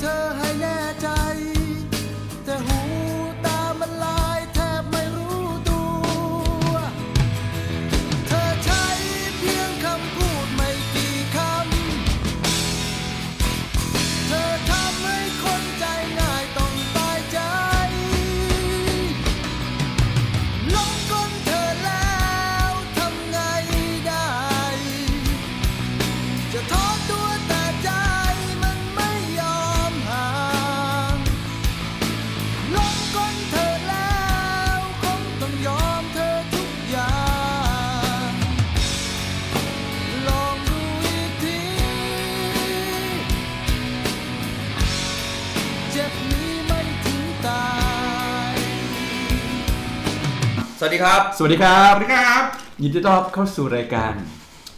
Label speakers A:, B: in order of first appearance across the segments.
A: เธอให้แน่ใจ แต่หูตามันลายแทบไม่รู้ตัว เธอใช้เพียงคำพูดไม่กี่คำ เธอทำให้คนใจง่ายต้องตายใจ ลงก้นเธอแล้วทำไงได้ จะท้อตัวแต่ใจมันไม่ยอมห่างลงก้นเธอแล้วคงต้องยอมเธอทุกอย่าง ลองดูอีกที เจ็บนี้ไม่ถึงตาย
B: สวัสดีครับ
C: สวัสดีครับ
D: สวัสดีครับ
C: ยินดีต้อนรับเข้าสู่รายการ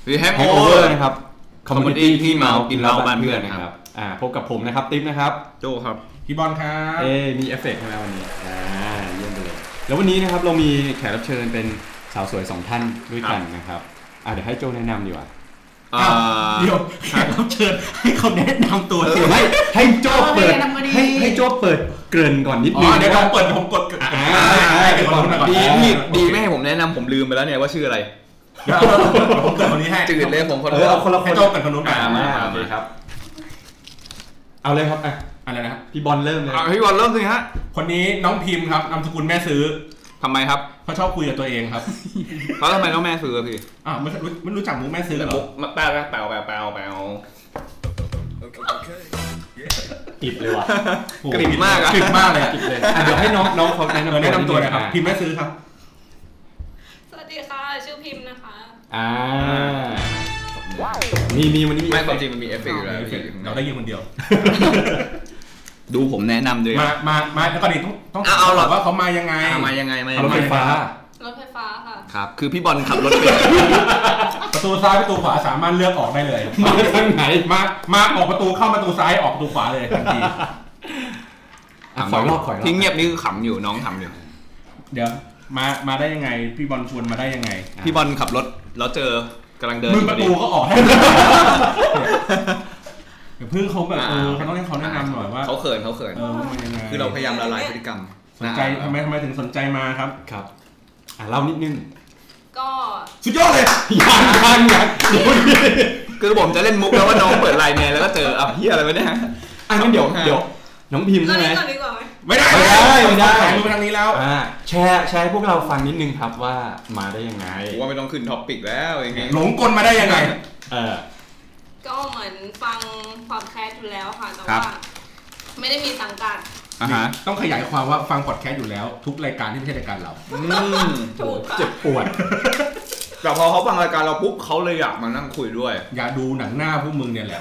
B: วีแฮป
C: Hangover นะครับ
B: Community ที่เมากินเหล้าบ้านเพื่อนนะครับ
C: อ่าพบกับผมนะครับติ๊บนะครับ
B: โจครับ
D: พี่บอลครับ
C: เอ้มีเอฟเฟกต์ใช่ไหมวันนี้อ่าเยี่ยมไปเลย แล้ววันนี้นะครับเรามีแขกรับเชิญเป็นสาวสวยสองท่านด้วยกันนะครับอ่าเดี๋ยวให้โจแนะนำดีกว่า
D: เดี๋ยวแขกรับเชิญให้เขาแนะนำตัวสิ
C: เดี๋ยวให้ ให้โจเปิด
E: เอาให้แนะนำก็ดี
C: ให้ให้โจเปิดเกริ่นก่อนนิด
D: อ๋
C: นึ
D: อง เดี๋ยวผม
C: ว่า
D: เปิดผมกดอ่า
C: อ่าอ่า
D: เดี๋ยวผมกดก่อน
B: ดีพี่ดีไม่ให้ผมแนะนำผมลืมไปแล้วเนี่ยว่าชื่ออะไร
D: เดี๋ยวเอาเอาผมกดคนนี้ให้
B: จืดเลยผมคน
C: เออเอาคนละค
D: ให้
C: น
D: โจกกันคนนู้นก่อน
B: อ่ามา
C: อ่า
B: มา
C: โอเค
B: มา
C: ครับ เอาเลยครับอ่ะ
D: อะไรนะครับ
C: พี่บอลเริ่มเลย
B: อ่ะพี่บอลเริ่มสิฮะ
D: คนนี้น้องพิมพ์ครับนามสกุลแม่ซื้อ
B: ทำไมครับ
D: เขาชอบคุยกับตัวเองครับ
B: แล้วทำไมต้องแม่ซื้อพี่
D: อ้าวไม่รู้ไม่รู้จักมุกแม่ซื้อเหรอ
B: มาเปล่าเปล่าเปล่าเปล่าเปล่า
C: ติดเลยว่ะ
D: โอ้โห
B: กลิ่นมากอะ
D: กลิ่นมากเลยอะ
C: ติดเลยอ่ะเดี๋ยวให้น้องน้องเขา
D: เอน
C: แนะำ
D: อแนะนำตัวห
C: ด
D: นะ
C: ง
D: ครับ
C: อ่ะ
D: พิมพ์แม่ซื้อครับ
E: สวัสดีค่ะ ชื่อพิมพ์นะคะ
C: อ่ามีมีวันนี้มี
B: ไม่ความจริงมันมีเอฟเฟกต์อยู่แล้วพี่
D: เราได้ยินคนเดียว
B: ดูผมแนะนำด้วย
D: มามามาแล้วก่อนอื่นต้องต้อง
B: เอาเอาหรอ
D: ว่าเขามายังไง
B: ทำไมายังไงมายัง
C: เอารถ
B: ไง
C: ไฟฟ้า
E: รถไฟฟ้าค่ะ
B: ครับ คือพี่บอลขับรถเป็น
D: ประตูซ้ายประตูขวาสามารถเลือกออกได้เลย
C: มาทางไหน
D: มา มาออกประตูเข้าประตูซ้ายออกประตูขวาเลยทันที
C: อ่ะขอยรอบขอยรอบ
B: ที่เงียบนี่คือขำอยู่น้องขำอยู่
D: เดี๋ยว มา มาได้ยังไง พี่บอลชวนมาได้ยังไง
B: พี่บอลขับรถแล้วเจอกำลังเดิน
D: มือ
B: พอ
D: ประ
B: ดี
D: ตูก็ออกให้เดี๋ยวเพื่งเขาแบบเออเขาต้องให้เขาแนะนำหน่อยว่า
B: เขาเขินเขาเขิน
D: เออว่ามันยังไง
B: คือเราพยายามละลายพฤติกรรม
D: สนใจทำไมทำไมถึงสนใจมาครับ
C: ครับ อ่ะเล่านิดนึง
E: ก็
D: สุดยอดเลย
C: ยังยังยังเดี๋ยวดิ
B: คือผมจะเล่นมุกแล้วว่าน้องเปิดไลน์แมนแล้วก็เจออ่ะเฮียอะไรวะเนี่ย
C: อ่ะงั้นเดี๋ยวเดี๋ยวน้องพิมพ์
E: ตอ
C: ใช่
E: น
C: ไหม
E: นี้ก่อนดีกว่าไหม
D: ไม่ได้
C: ไม่ได้ไม่ได้
D: ถ่ายรูปไปทางนี้แล้ว
C: อ่าแชร์แชร์ให้พวกเราฟังนิดนึงครับว่ามาได้ยังไง
B: ผมว่าไม่ต้องขึ้นท็อปปิกแล้วอย่างเงี้ย
D: หลงกลมาได้ยังไง
C: เออ
E: ก็เหมือนฟังความแคสอยู่แล้วค่ะ แต่
D: ครั
E: ว่า
D: บ
E: ไม่ได้มีสังกัด
B: อ่ะฮะ
D: ต้องขยายความว่าฟังพอดแคสต์อยู่แล้ว ทุกรายการที่ไม่ใช่รายการเรา
B: อืม
E: ถูกค่ะ
C: เจ็บปวด
B: แต่พอเขาฟังรายการเราปุ๊บเขาเลยอยากมานั่งคุยด้วย
D: อย่าดูหนังหน้าพวกมึงเนี่ยแห ละ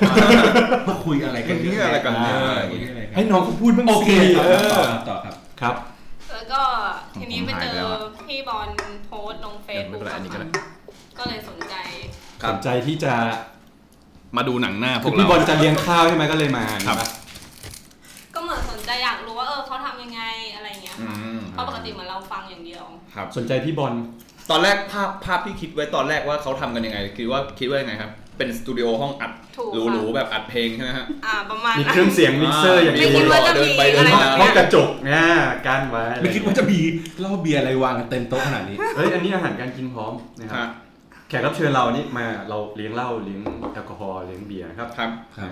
D: พวกคุยอะไรกัน
B: เรื่องอะไรกันเนี่ย
D: เออคุยอะไรกัน
C: ให้น้องเขาพูดบ้าง
D: โอเค
C: สิ
D: ต่อ
C: เอ
D: ครับ
C: อ
D: ต่อครับต่อครับ
C: ครับ
E: แล้วก็ทีนี้ไปเจ
B: ผมหายไป
E: อ
B: แล้วอะ
E: พี่บอลโพสต์ลงเฟซบุ๊ก
B: เดี๋ยวไม่เป็นไรอันนี้ก็ได้
E: ก็เลยสนใจ
B: ครั
C: ส
B: บ
C: นใจที่จะ
B: มาดูหนังหน้าพ
C: คื
B: ว
C: อก พี่
B: เรา
C: บอลจะเลี้ยงข้าวใช่ไหมก็เลยมา
B: ครับ
E: ก็เหมือนสนใจอยากรู้ว่าเออเขาทำยังไงอะไรอย่างเงี้ย
B: อื
E: ค่ะ
B: ม
E: เพราะปกติเหมือนเราฟังอย่างเดียว
B: ครับ
C: สนใจพี่บอล
B: ตอนแรกภาพภาพที่คิดไว้ตอนแรกว่าเขาทำกันยังไงคิดว่าคิดว่ายังไงครับ เป็นสตูดิโอห้องอัด
E: ถูกค่ะ
B: หรูๆแบบอัดเพลงใช่ไหมฮะ
E: อ่าประมาณ
C: มี
E: นั้
C: เคน รื่องเสียงมิกเซอร์อย่าง
E: ไม่
C: ดี
E: คิดว่าจะมีอะไรแบบ
C: ห้อ
E: เนี้
C: ง
E: ย
C: กระจกเนี่ยกั้นไว้
D: ไม่คิดว่าจะมีเหล้าเบียร์อะไรวางกันเต็มโต๊ะขนาดนี้
C: เฮ้ย อันนี้อาหารการกินพร้อมนะครับ แขกรับเชิญเรานี่มาเราเลี้ยงเหล้าเลี้ยงแอลกอฮอล์เลี้ยงเบียร์นะครับ
B: ครับ
D: ครับ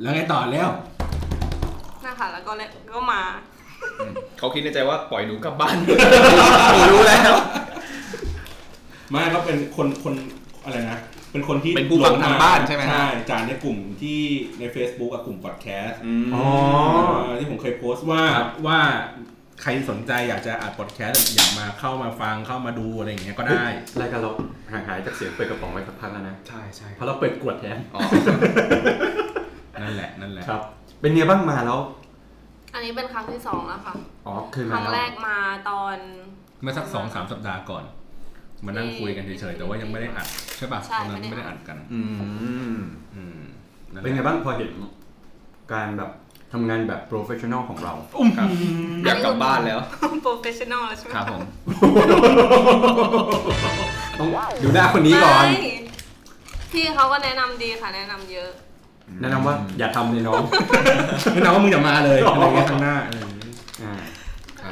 D: แล้วไงต่อแล้ว
E: นะคะแล้วก็เลยก็มา
B: เขาคิดในใจว่าปล่อยหนูกลับบ้าน หนูรู้แล้ว
D: ไม่ก็เป็นคนคนอะไรนะ เป็นคนที่
B: เป็นผู้ฟังทางบ้านใช่ไหมฮะ
D: ใช่จานในกลุ่มที่ใน Facebook อะกลุ่มพอดแคสต์
B: อืม
D: ที่ผมเคยโพสต์ว่าว่าใครสนใจอยากจะอัดพอดแคสต์อยากมาเข้ามาฟังเข้ามาดูอะไรอย่างเงี้ยก็ได้
C: รายการเราห่างหายจากเสียงเปิดกระป๋องไปสักพักแล้วนะ
D: ใช่ใช่
C: เพราะเราเปิดกวดแทน
B: อ๋อ
D: นั่นแหละนั่นแหละ
C: ครับ เป็นไงบ้างมาแล้ว
E: อันนี้เป็นครั้งที่สองแล้วค่ะ
C: อ๋อเคย
E: ค
C: มา
E: รั้ง
C: ล้ว
E: แรกมาตอน
D: เมื่อสักสองสามสัปดาห์ก่อน มานั่งคุยกันเฉยๆแต่ว่ายังไม่ได้อัดใช่ป่ะ
E: ใช่
D: ตอนนั้น
E: ไม่
D: ไม่
E: ได้
D: ได้
E: อั
D: อั
E: ด
D: ดกัน
B: อืม
D: อืมแหละ
C: เป็นไงบ้างพอเห็น การแบบทำงานแบบโปรเฟชชั่นอลของเรา
B: ครับ อยากกลับบ้านแล้ว
E: โปรเฟชชั่นอลใช่ไหม
B: ครับผม
C: ต้องดูหน้าคนนี้ก่อน
E: ไม่พี่เขาก็แนะนำดีค่ะ แนะนำเยอะ
C: แนะนำว่าอย่าทำเลยน้อง แนะนำว่ามึงอย่ามาเลยอะไรเงี้ยข้างหน้าอะไรอย่างงี้อ่า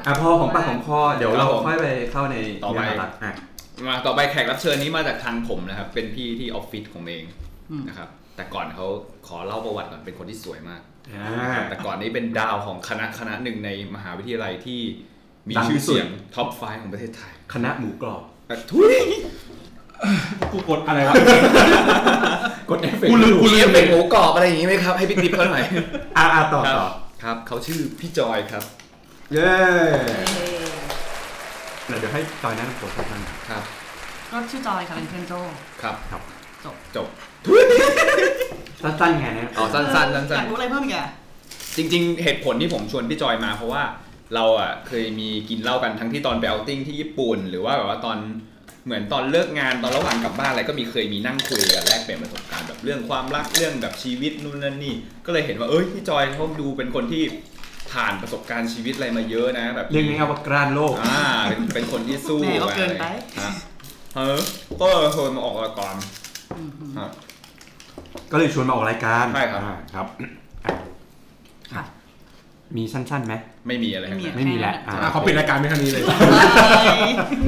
C: อ่ะพอของปากของคอเดี๋ยวเราค่อยไปเข้าใน
B: ต่อไป
C: เรื่องหลักอ่ะ
B: มาต่อไปแขกรับเชิญนี้มาจากทางผมนะครับ เป็นพี่ที่ออฟฟิศของเอง
F: อืม
B: นะครับ แต่ก่อนเขาขอเล่าประวัติก่อนเป็นคนที่สวยมาก
C: อ่า
B: แต่ก่อนนี้เป็นดาวของคณะคณะหนึ่งในมหาวิทยาลัยที่มี
C: ดังที่
B: ชื่อ
C: สุด
B: เสียงท็อปไฟของประเทศไทย
C: คณะหมูกรอบ
B: แต่ทุย
D: กูกดอะไรวะ
C: กดเอฟเฟก
D: กูลืมกูลืม
B: เป็นหมูกรอบอะไรอย่างงี้ไหมครับ ให้พี่ติ๊บเขาหน่อย
C: อ่าต่อ
B: ครับ
C: ต่อ
B: ครับเขาชื่อพี่จอยครับ
C: เย้เดี๋ยวให้จอยแนะนำตัวสักครั้งครับ
B: ครับ
F: ก็ชื่อจอยค่ะเป็นเพื่อนโจ
B: ครับ
C: ครับ
F: จบ
B: จบ
C: สั้นๆไงนะ
B: อ๋อสั้นๆ
F: อ
B: สั้
F: ยาน ก
B: ๆ
F: รู้อะไรเพิ่มอีกอ่ะ
B: จริงๆ เหตุผลที่ผมชวนพี่จอยมาเพราะว่าเราอ่ะเคยมีกินเหล้ากันทั้งที่ตอนไปเอาท์ติ้งที่ญี่ปุ่น หรือว่าแบบว่าตอนเหมือนตอนเลิกงานตอนระหว่างกลับบ้านอะไรก็มีเคยมีนั่งคุยกันแลกเปลี่ยนประสบการณ์แบบเรื่องความรักเรื่องแบบชีวิตนู่นนั่นนี่ ก็เลยเห็นว่าเอ้ยพี่จอยเขาดูเป็นคนที่ผ่านประสบการณ์ชีวิตอะไรมาเยอะนะแบบ
C: เรียกง่ายๆว่ากรานโลก
B: อ่าเป็นเป็นคนที่สู้
F: แหม่ก็เกินไป
B: ฮะเออก็ชวนมาออกรายการฮะ
C: ก็เลยชวนมาออกรายการ
B: ใช่ครับ
C: อ่าครับอ่ะ
F: ค่ะ
C: มีสั้นๆไหม
B: ไม่มีอะไรทั้ง
F: ไม่มี
B: นั้น
C: ไม่มีแล้วอ่ะ
D: อ่ะเขาปิดรายการไม่ทันนี้เลย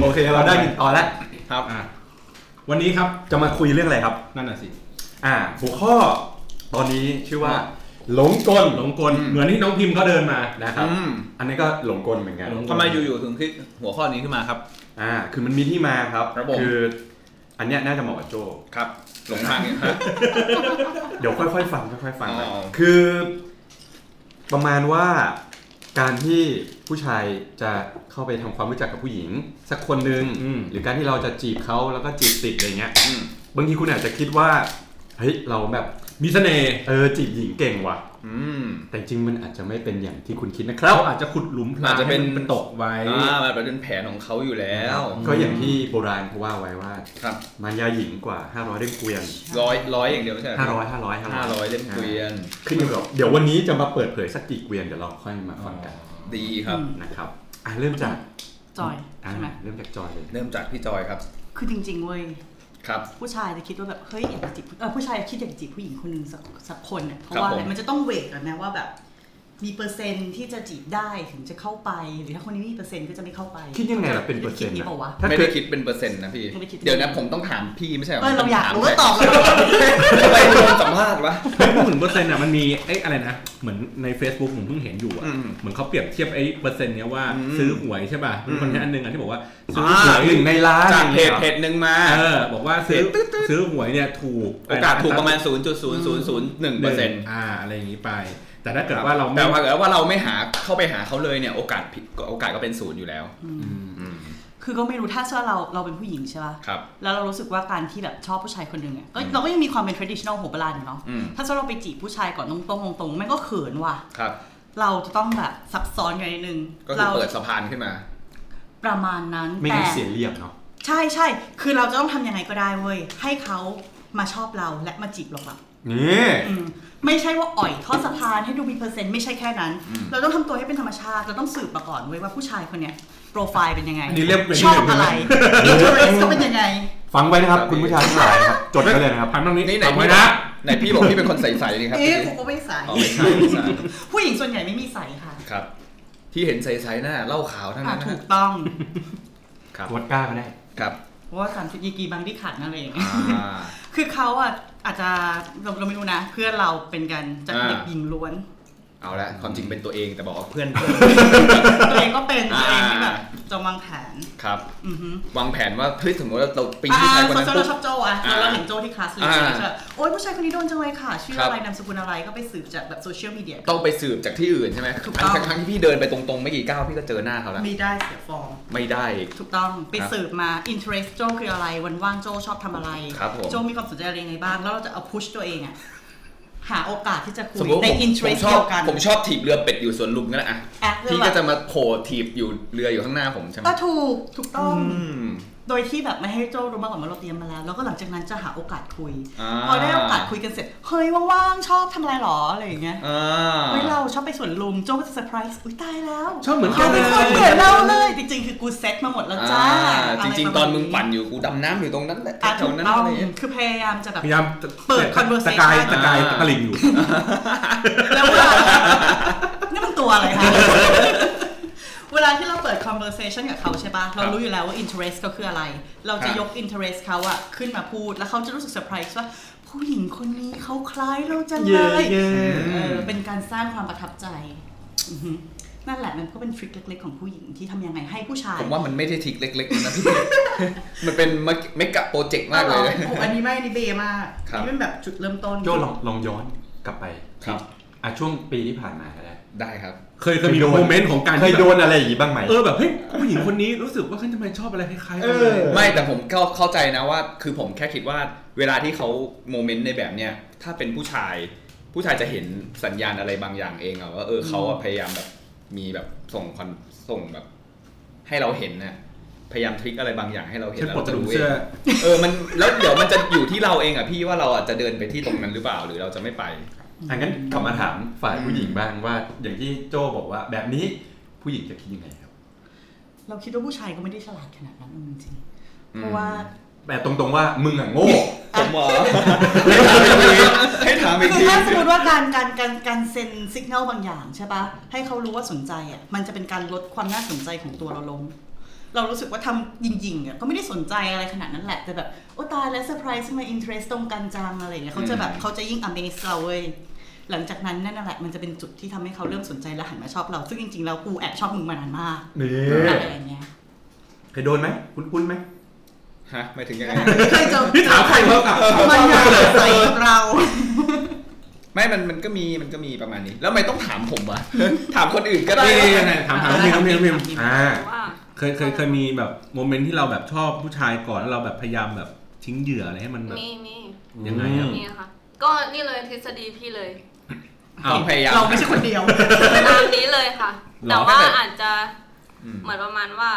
C: โอเคเราได้หนึ่งตอนแล้ว
B: ครับ
D: อ่ะวันนี้ครับ
C: จะมาคุยเรื่องอะไรครับ
D: นั่นน่ะสิ
C: อ่า หัวข้อตอนนี้ชื่อว่า หลงกล
D: หลงกล
B: อืม
D: เหมือนที่น้องพิมพ์เขาเดินมา
C: นะครับ
B: อืม
C: อันนี้ก็หลงกลเหมือนกัน
D: หลงกล
B: ทำไมอยู่ๆถึงคิดหัวข้อนี้ขึ้นมาครับ
C: อ่า คือมันมีที่มาครับ
B: ครับผม
C: คือ อันเนี้ยน่าจะเหมาะกับโจ
B: ครับหลงทางเนี่ยฮะ
C: เดี๋ยวค่อยๆฟังค่อยๆฟังนะ
B: อ๋อ
C: คือ ประมาณว่าการที่ผู้ชายจะเข้าไปทำความรู้จักกับผู้หญิง สักคนหนึ่ง
D: อืม
C: หรือการที่เราจะจีบเขาแล้วก็จีบติดอะไรเงี้ย
B: อืม
C: บางทีคุณอาจจะคิดว่า เฮ้ย เราแบบ
D: มีเสน่ห์
C: เออ จีบหญิงเก่งว่ะ
B: อืม
C: แต่จริงมันอาจจะไม่เป็นอย่างที่คุณคิดนะครั
D: เขา
C: บ
D: อาจจะขุดหลุมพราง
B: อาจจะเป็น
D: ให้มันตกไว้
B: อ่ามันเป็นแผนของเขาอยู่แล้ว
C: ก็อย่างที่โบราณเขาว่าไว้ว่า
B: ครับ
C: มันยาหญิงกว่า 500เล่มเกวียน
B: ร้อยร้อยอย่างเดียวไม่ใช่
C: 500
B: เรอ
C: 500
B: ห้าร้อยเล่มเกวียน
C: ขึ้นอยู่กับเดี๋ยววันนี้จะมาเปิดเผยสักกี่เกวียนเดี๋ยวเราค่อยมาฟังกัน
B: ดีครับ
F: อืม
C: นะครับอ่ะเริ่มจาก
F: จอย
C: อ่ะ
F: ใช่ไหม
C: เริ่มจากจอยเลย
B: เริ่มจากพี่จอยครับ
F: คือจริง ๆ เว้ย
B: ครับ
F: ผู้ชายจะคิดว่าแบบเฮ้ยอยากจะจีบผู้เออผู้ชายคิดอยากจีบผู้หญิงคนหนึ่งสักสักคนเนี่ยเพราะว่า
B: ครับผม
F: มันจะต้องเวทกันนะว่าแบบ มีเปอร์เซ็นต์ที่จะจีบได้ถึงจะเข้าไป หรือถ้าคนนี้ไม่มีเปอร์เซ็นต์ก็จะไม่เข้าไป
C: คิดยังไงล่ะเป็นเปอร์เซ็นต์
F: คิด
C: นะ
F: นี่ปะวะ
C: ถ้า
B: ไม่
C: เกิ
B: ได้
C: ด
B: คิดเป็นเปอร์เซ็นต์นะพี่
F: ไม่ได้คิด
B: เดี๋ยวนะผมต้องถามพี่ไม่ใช่หรอ
F: เออเราอยากรู้ก็ตอบเลย
B: ทำไมโดนสัมภาษณ์วะ
D: ไม่พูดถึงเปอร์เซ็นต์อ่ะมันมีไอ้อะไรนะ เหมือนใน Facebook ผมเพิ่งเห็นอยู่อ่ะ
B: อืม
D: เหมือนเขาเปรียบเทียบไอ้เปอร์เซ็นต์เนี้ยว่า
B: อืม
D: ซื้อหวยใช่ป่ะ
B: อืม
D: คนนี้อันหนึงอ่ะที่บอกว่าซื้อ
B: อ่า
D: หวย
C: หนึ่งในล้าน
B: จากเพจ
C: อย่าง
B: เพ
C: เงี้ยหรอ
B: จหนึ่งมา
D: เออบอกว่าซื้อซื้อหวยเนี่ยถูก
B: โอกาสถูกประมาณ 0.0001เปอร์เซ็นต์
D: อ่าอะไรอย่างนี้ไป แต่ถ้าเกิดว่าเราไม่
B: แต่ว่าเกิดว่าเราไม่หาเข้าไปหาเขาเลยเนี่ย โอกาสผิดโอกาสก็เป็นศูนย์อยู่แล้ว อืม
F: คือก็ไม่รู้ถ้าเชื่อเราเราเป็นผู้หญิงใช่ป่ะ
B: ครับ
F: แล้วเรารู้สึกว่าการที่แบบชอบผู้ชายคนหนึ่งอะก็เราก็ยังมีความเป็น traditional หัวโบราณอยู่เนาะ
B: อืม
F: ถ้าเชื่อเราไปจีบผู้ชายก่อนตรงๆตรงๆมันก็เขินว่ะ
B: ครับ
F: เราจะต้องแบบซับซ้อนกันนิดนึง
B: ก็คือ
F: เรา
B: เปิดสะพานขึ้นมา
F: ประมาณนั้น
C: ไม่งั้น
F: แต่
C: เสียเรียบเนาะ
F: ใช่ใช่ คือเราจะต้องทำยังไงก็ได้เว้ย ให้เขามาชอบเราและมาจีบเรากลับ
C: นี่
F: อืมไม่ใช่ว่าอ่อยทอดสะพานให้ดูมีเปอร์เซ็นต์ไม่ใช่แค่นั้น
B: อืม
F: เราต้องทำตัวให้เป็นธรรมชาติ เราต้องสืบมาก่อนเว้ยว่าผู้ชายคนเนี้ยโปรไฟล์เป็นยังไง
D: อันนี้เรียกเป็น
F: ชอบอะไรอินเทอร์เรสก็เป็นยังไง
C: ฟังไว้นะครับ คุณผู้ชายทั้งหลายครับ จดไว้เลยนะครับ
D: พันตรงนี้
B: นี่ไหน
D: เอาไว้
B: พี่
D: นะ
B: ไหนพี่บอกพี่เป็นคนใสๆนี่ครับ
F: เอ๊ะ
B: พี่
F: กูก็ไม่ใส
B: อ๋อไม่ใช่ไม่ใช่
F: ผู้หญิงส่วนใหญ่ไม่มีใสค่ะ
B: ครับ ที่เห็นใสๆน่ะเหล่าขาวทั้ง
F: อ่ะ
B: นั้น
F: ถู
B: นะ
F: กต้อง
B: ครับ
C: วอดก้าก็ได้
B: ครับ
F: เพราะว่าสามสิบยีกีบางที่ขัดนั่นเอง
B: อ่า
F: คือเขาอ่ะอาจจะเราเราไม่รู้นะ เพื่อนเราเป็นกันจากเด็ก
B: อ่า
F: หญิงล้วน
B: เอาละความจริงเป็นตัวเองแต่บอกว่าเพื่อนเพื่อน
F: ตัวเองก็เป็นตัวเองที่แบบ
B: อ่า
F: จะวางแผน
B: ครับ
F: อือฮึ
B: วางแผนว่าเฮ้ยสมมติว่าเราปีน
F: อ่า
B: ผู้ชายคน
F: สม
B: นั้นปุ๊
F: มติเรา
B: บ
F: ชอบโจอ่ะ
B: อ่า
F: เราเห็นโจที่คลาสเลย
B: อ่า
F: ใช่ไหมใช่โอ๊ยผู้ชายคนนี้โดนจังเลยค่ะ ชื่อ
B: ครับ
F: อะไรนามสกุลอะไรก็ไปสืบจากแบบโซเชียลมีเดีย
B: ต้องไปสืบจากที่อื่นใช่ไหม
F: ถูกต้อง
B: ทั้งๆที่พี่เดินไปตรงๆไม่กี่ก้าวพี่ก็เจอหน้าเขาแล้ว
F: ไม่ได้เสียฟอร์ม
B: ไม่ได้อีก
F: ถูกต้องไป
B: ครับ
F: สืบมา interest โจคืออะไร วันว่างโจชอบทำอะไร
B: ครับผม
F: โจมีความสนใจอะไรยังไงบ้าง แล้วเราจะเอาพุชตัวเองอ่ะ หาโอกาสที่จะคุย
B: สมมติ
F: ใน
B: ผมผม
F: interest
B: ชอ
F: เดี
B: บ
F: ยวกัน
B: ผมชอบถีบเรือเป็ดอยู่สวนลุมกันนะอ่ะ
F: อ่ะเรื่อ
B: พี่
F: ง
B: ก็
F: แบบ
B: จะมาโผล่ถีบอยู่เรืออยู่ข้างหน้าผมใช่ไหม
F: ก็ถูกถูกต้อง
B: อืม
F: โดยที่แบบไม่ให้โจ้รู้มาก่อนว่าเราเตรียมมาแล้ว แล้วก็หลังจากนั้นจะหาโอกาสคุย
B: อ่า
F: พอได้โอกาสคุยกันเสร็จ เฮ้ยว่างๆชอบทำอะไรหรออะไรอย่างเงี้ย
B: อ่า
F: เฮ้ยเราชอบไปสวนลุมโจ้ก็จะเซอร์ไพรส์อุ้ยตายแล้ว
D: ชอบเหมือนกั
F: เขา
D: นเล
F: เป็น
D: ย
F: คนเกิดเราเลยจริงๆ คือกูเซ็ตมาหมดแล้วจ้า
B: อ่
F: ะไ
B: จริง
F: ประาณ
B: ๆ ตอนมึงปั่นอยู่กูดำน้ำอยู่ตรงนั้นแหละ
F: อ่ะ
B: แถ
F: ถู
B: ว
F: ก
B: นั้น
F: ต้อ
B: อะ
F: ง
B: ไรอย่างเงี้ย
F: คือพยายามจะแบบ
D: พยายาม
F: เปิด conversation
D: ตะกายตะกายตะกลิ่งอยู่
F: แล้วเวลานี่มันตัวอะไรคะ เวลาที่เราเปิด conversation กับเขาใช่ปะเรารู้อยู่แล้วว่า interest เขาคืออะไร เราจะ
B: ครับ
F: ยก interest เขาอะขึ้นมาพูด แล้วเขาจะรู้สึกเซอร์ไพรส์ว่า ผู้หญิงคนนี้เขาคล้ายเราจังเลยเออเป็นการสร้างความประทับใจอือฮึนั่นแหละมันก็เป็นทริคเล็ก ๆ ของผู้หญิงที่ทำยังไงให้ผู้ชาย
B: ผมว่ามันไม่ใช่ทริกเล็กๆนะพี่ มันเป็นเมกะโปรเจกต์มากเลย
F: อ๋อหรอโอ้อันนี้ไม่อันนี้เบมาก
B: ครับ
F: อันนี้เป็นแบบจุดเริ่มต้น
C: โจลองลองย้อนกลับไป
B: ครับ
C: อ่ะช่วงปีที่ผ่านมาก็ได้
B: ได้ครับ
D: เคยเคยมีโมเมนต์ของการ
C: เคย
D: ที่
C: โดนอะไรอย่างงี้บ้างไหม
D: เออแบบเฮ้ยผู้หญิงคนนี้รู้สึกว่าเขาทำไมชอบอะไรคล้ายๆกันเลย
B: ไม่แต่ผมเข้าเข้าใจนะว่า คือผมแค่คิดว่าเวลาที่เขาโมเมนต์ในแบบเนี้ยถ้าเป็นผู้ชาย ผู้ชายจะเห็นสัญญาณอะไรบางอย่างเองอะว่าเออเขาอะพยายามแบบมีแบบส่งคอนส่งแบบ ให้เราเห็นนะพยายามทริกอะไรบางอย่างให้เราเห็น
D: เช่น
B: แล้ว
D: ปลด
B: เราจะ
D: กระดุม
B: รู้เอ
D: เสื้อ
B: งเออมันแล้วเดี๋ยวมันจะอยู่ที่เราเองอะพี่ว่าเราอาจจะเดินไปที่ตรงนั้นหรือเปล่าหรือเราจะไม่ไป
C: อังั้นกลับมาถามฝ่ายผู้หญิงบ้างว่า อย่างที่โจบอกว่าแบบนี้ผู้หญิงจะคิดยังไงครับ
F: เราคิดว่าผู้ชายก็ไม่ได้ฉลาดขนาดนั้นจริงๆ
B: อืม
F: เพราะว่า
C: แต่ตรงๆว่ามึงอ่ะโง่
B: ผมเหรอให้ถามอีกที ให้ถามอีกที
F: คือถ้าสมมติว่าการการการการเซ็นสัญญาณบางอย่างใช่ปะให้เขารู้ว่าสนใจอ่ะมันจะเป็นการลดความน่าสนใจของตัวเราลง เรารู้สึกว่าทำยิงๆอ่ะก็ไม่ได้สนใจอะไรขนาดนั้นแหละ แต่แบบ โอ้ตายแล้วเซอร์ไพรส์ทำไมอินเทรสตรงกันจังอะไรอย่างเงี้ยเขาจะแบบเขาจะยิ่ง amaze เราเว้ยหลังจากนั้นนั่นแหละมันจะเป็นจุดที่ทำให้เขาเริ่มสนใจและหันมาชอบเรา ซึ่งจริงๆแล้วกูแอบชอบมึงมานานมาก
C: นี่
F: อะไรอย่างเงี้ย
C: เคยโดนไหมคุ้นๆไหม
B: ฮะหมายถึงยังไง
F: เคยเจอ
D: นี่ถามใครเขาอ่ะ
F: มันอยากใส่กับเรา
B: ไม่ มัน มันก็มี มันก็มีประมาณนี้ แล้วทำไม่ต้องถามผม วะ ถามคนอื่นก็ได้
D: นี่ๆๆถามถามน้องพิมน้องพิมน้องพิมอ่า
E: ว่า
D: เคยเคยเคยมีแบบโมเมนต์ที่เราแบบชอบผู้ชายก่อนแล้วเราแบบพยายามแบบทิ้งเหยื่ออะไรให้มันแบบ
E: มีมี
D: ยังไงอ่ะ
E: นี่ค่ะ ก็นี่เลยทฤษฎีพี่เลย
D: อ้าว
B: พยายาม
F: เราไม่ใช่คนเดียว
E: ตามนี้เลยค่ะ
D: หรอ
E: แต่ว่า
B: แต่
E: อาจจะ
B: อืม
E: เหมือนประมาณว่า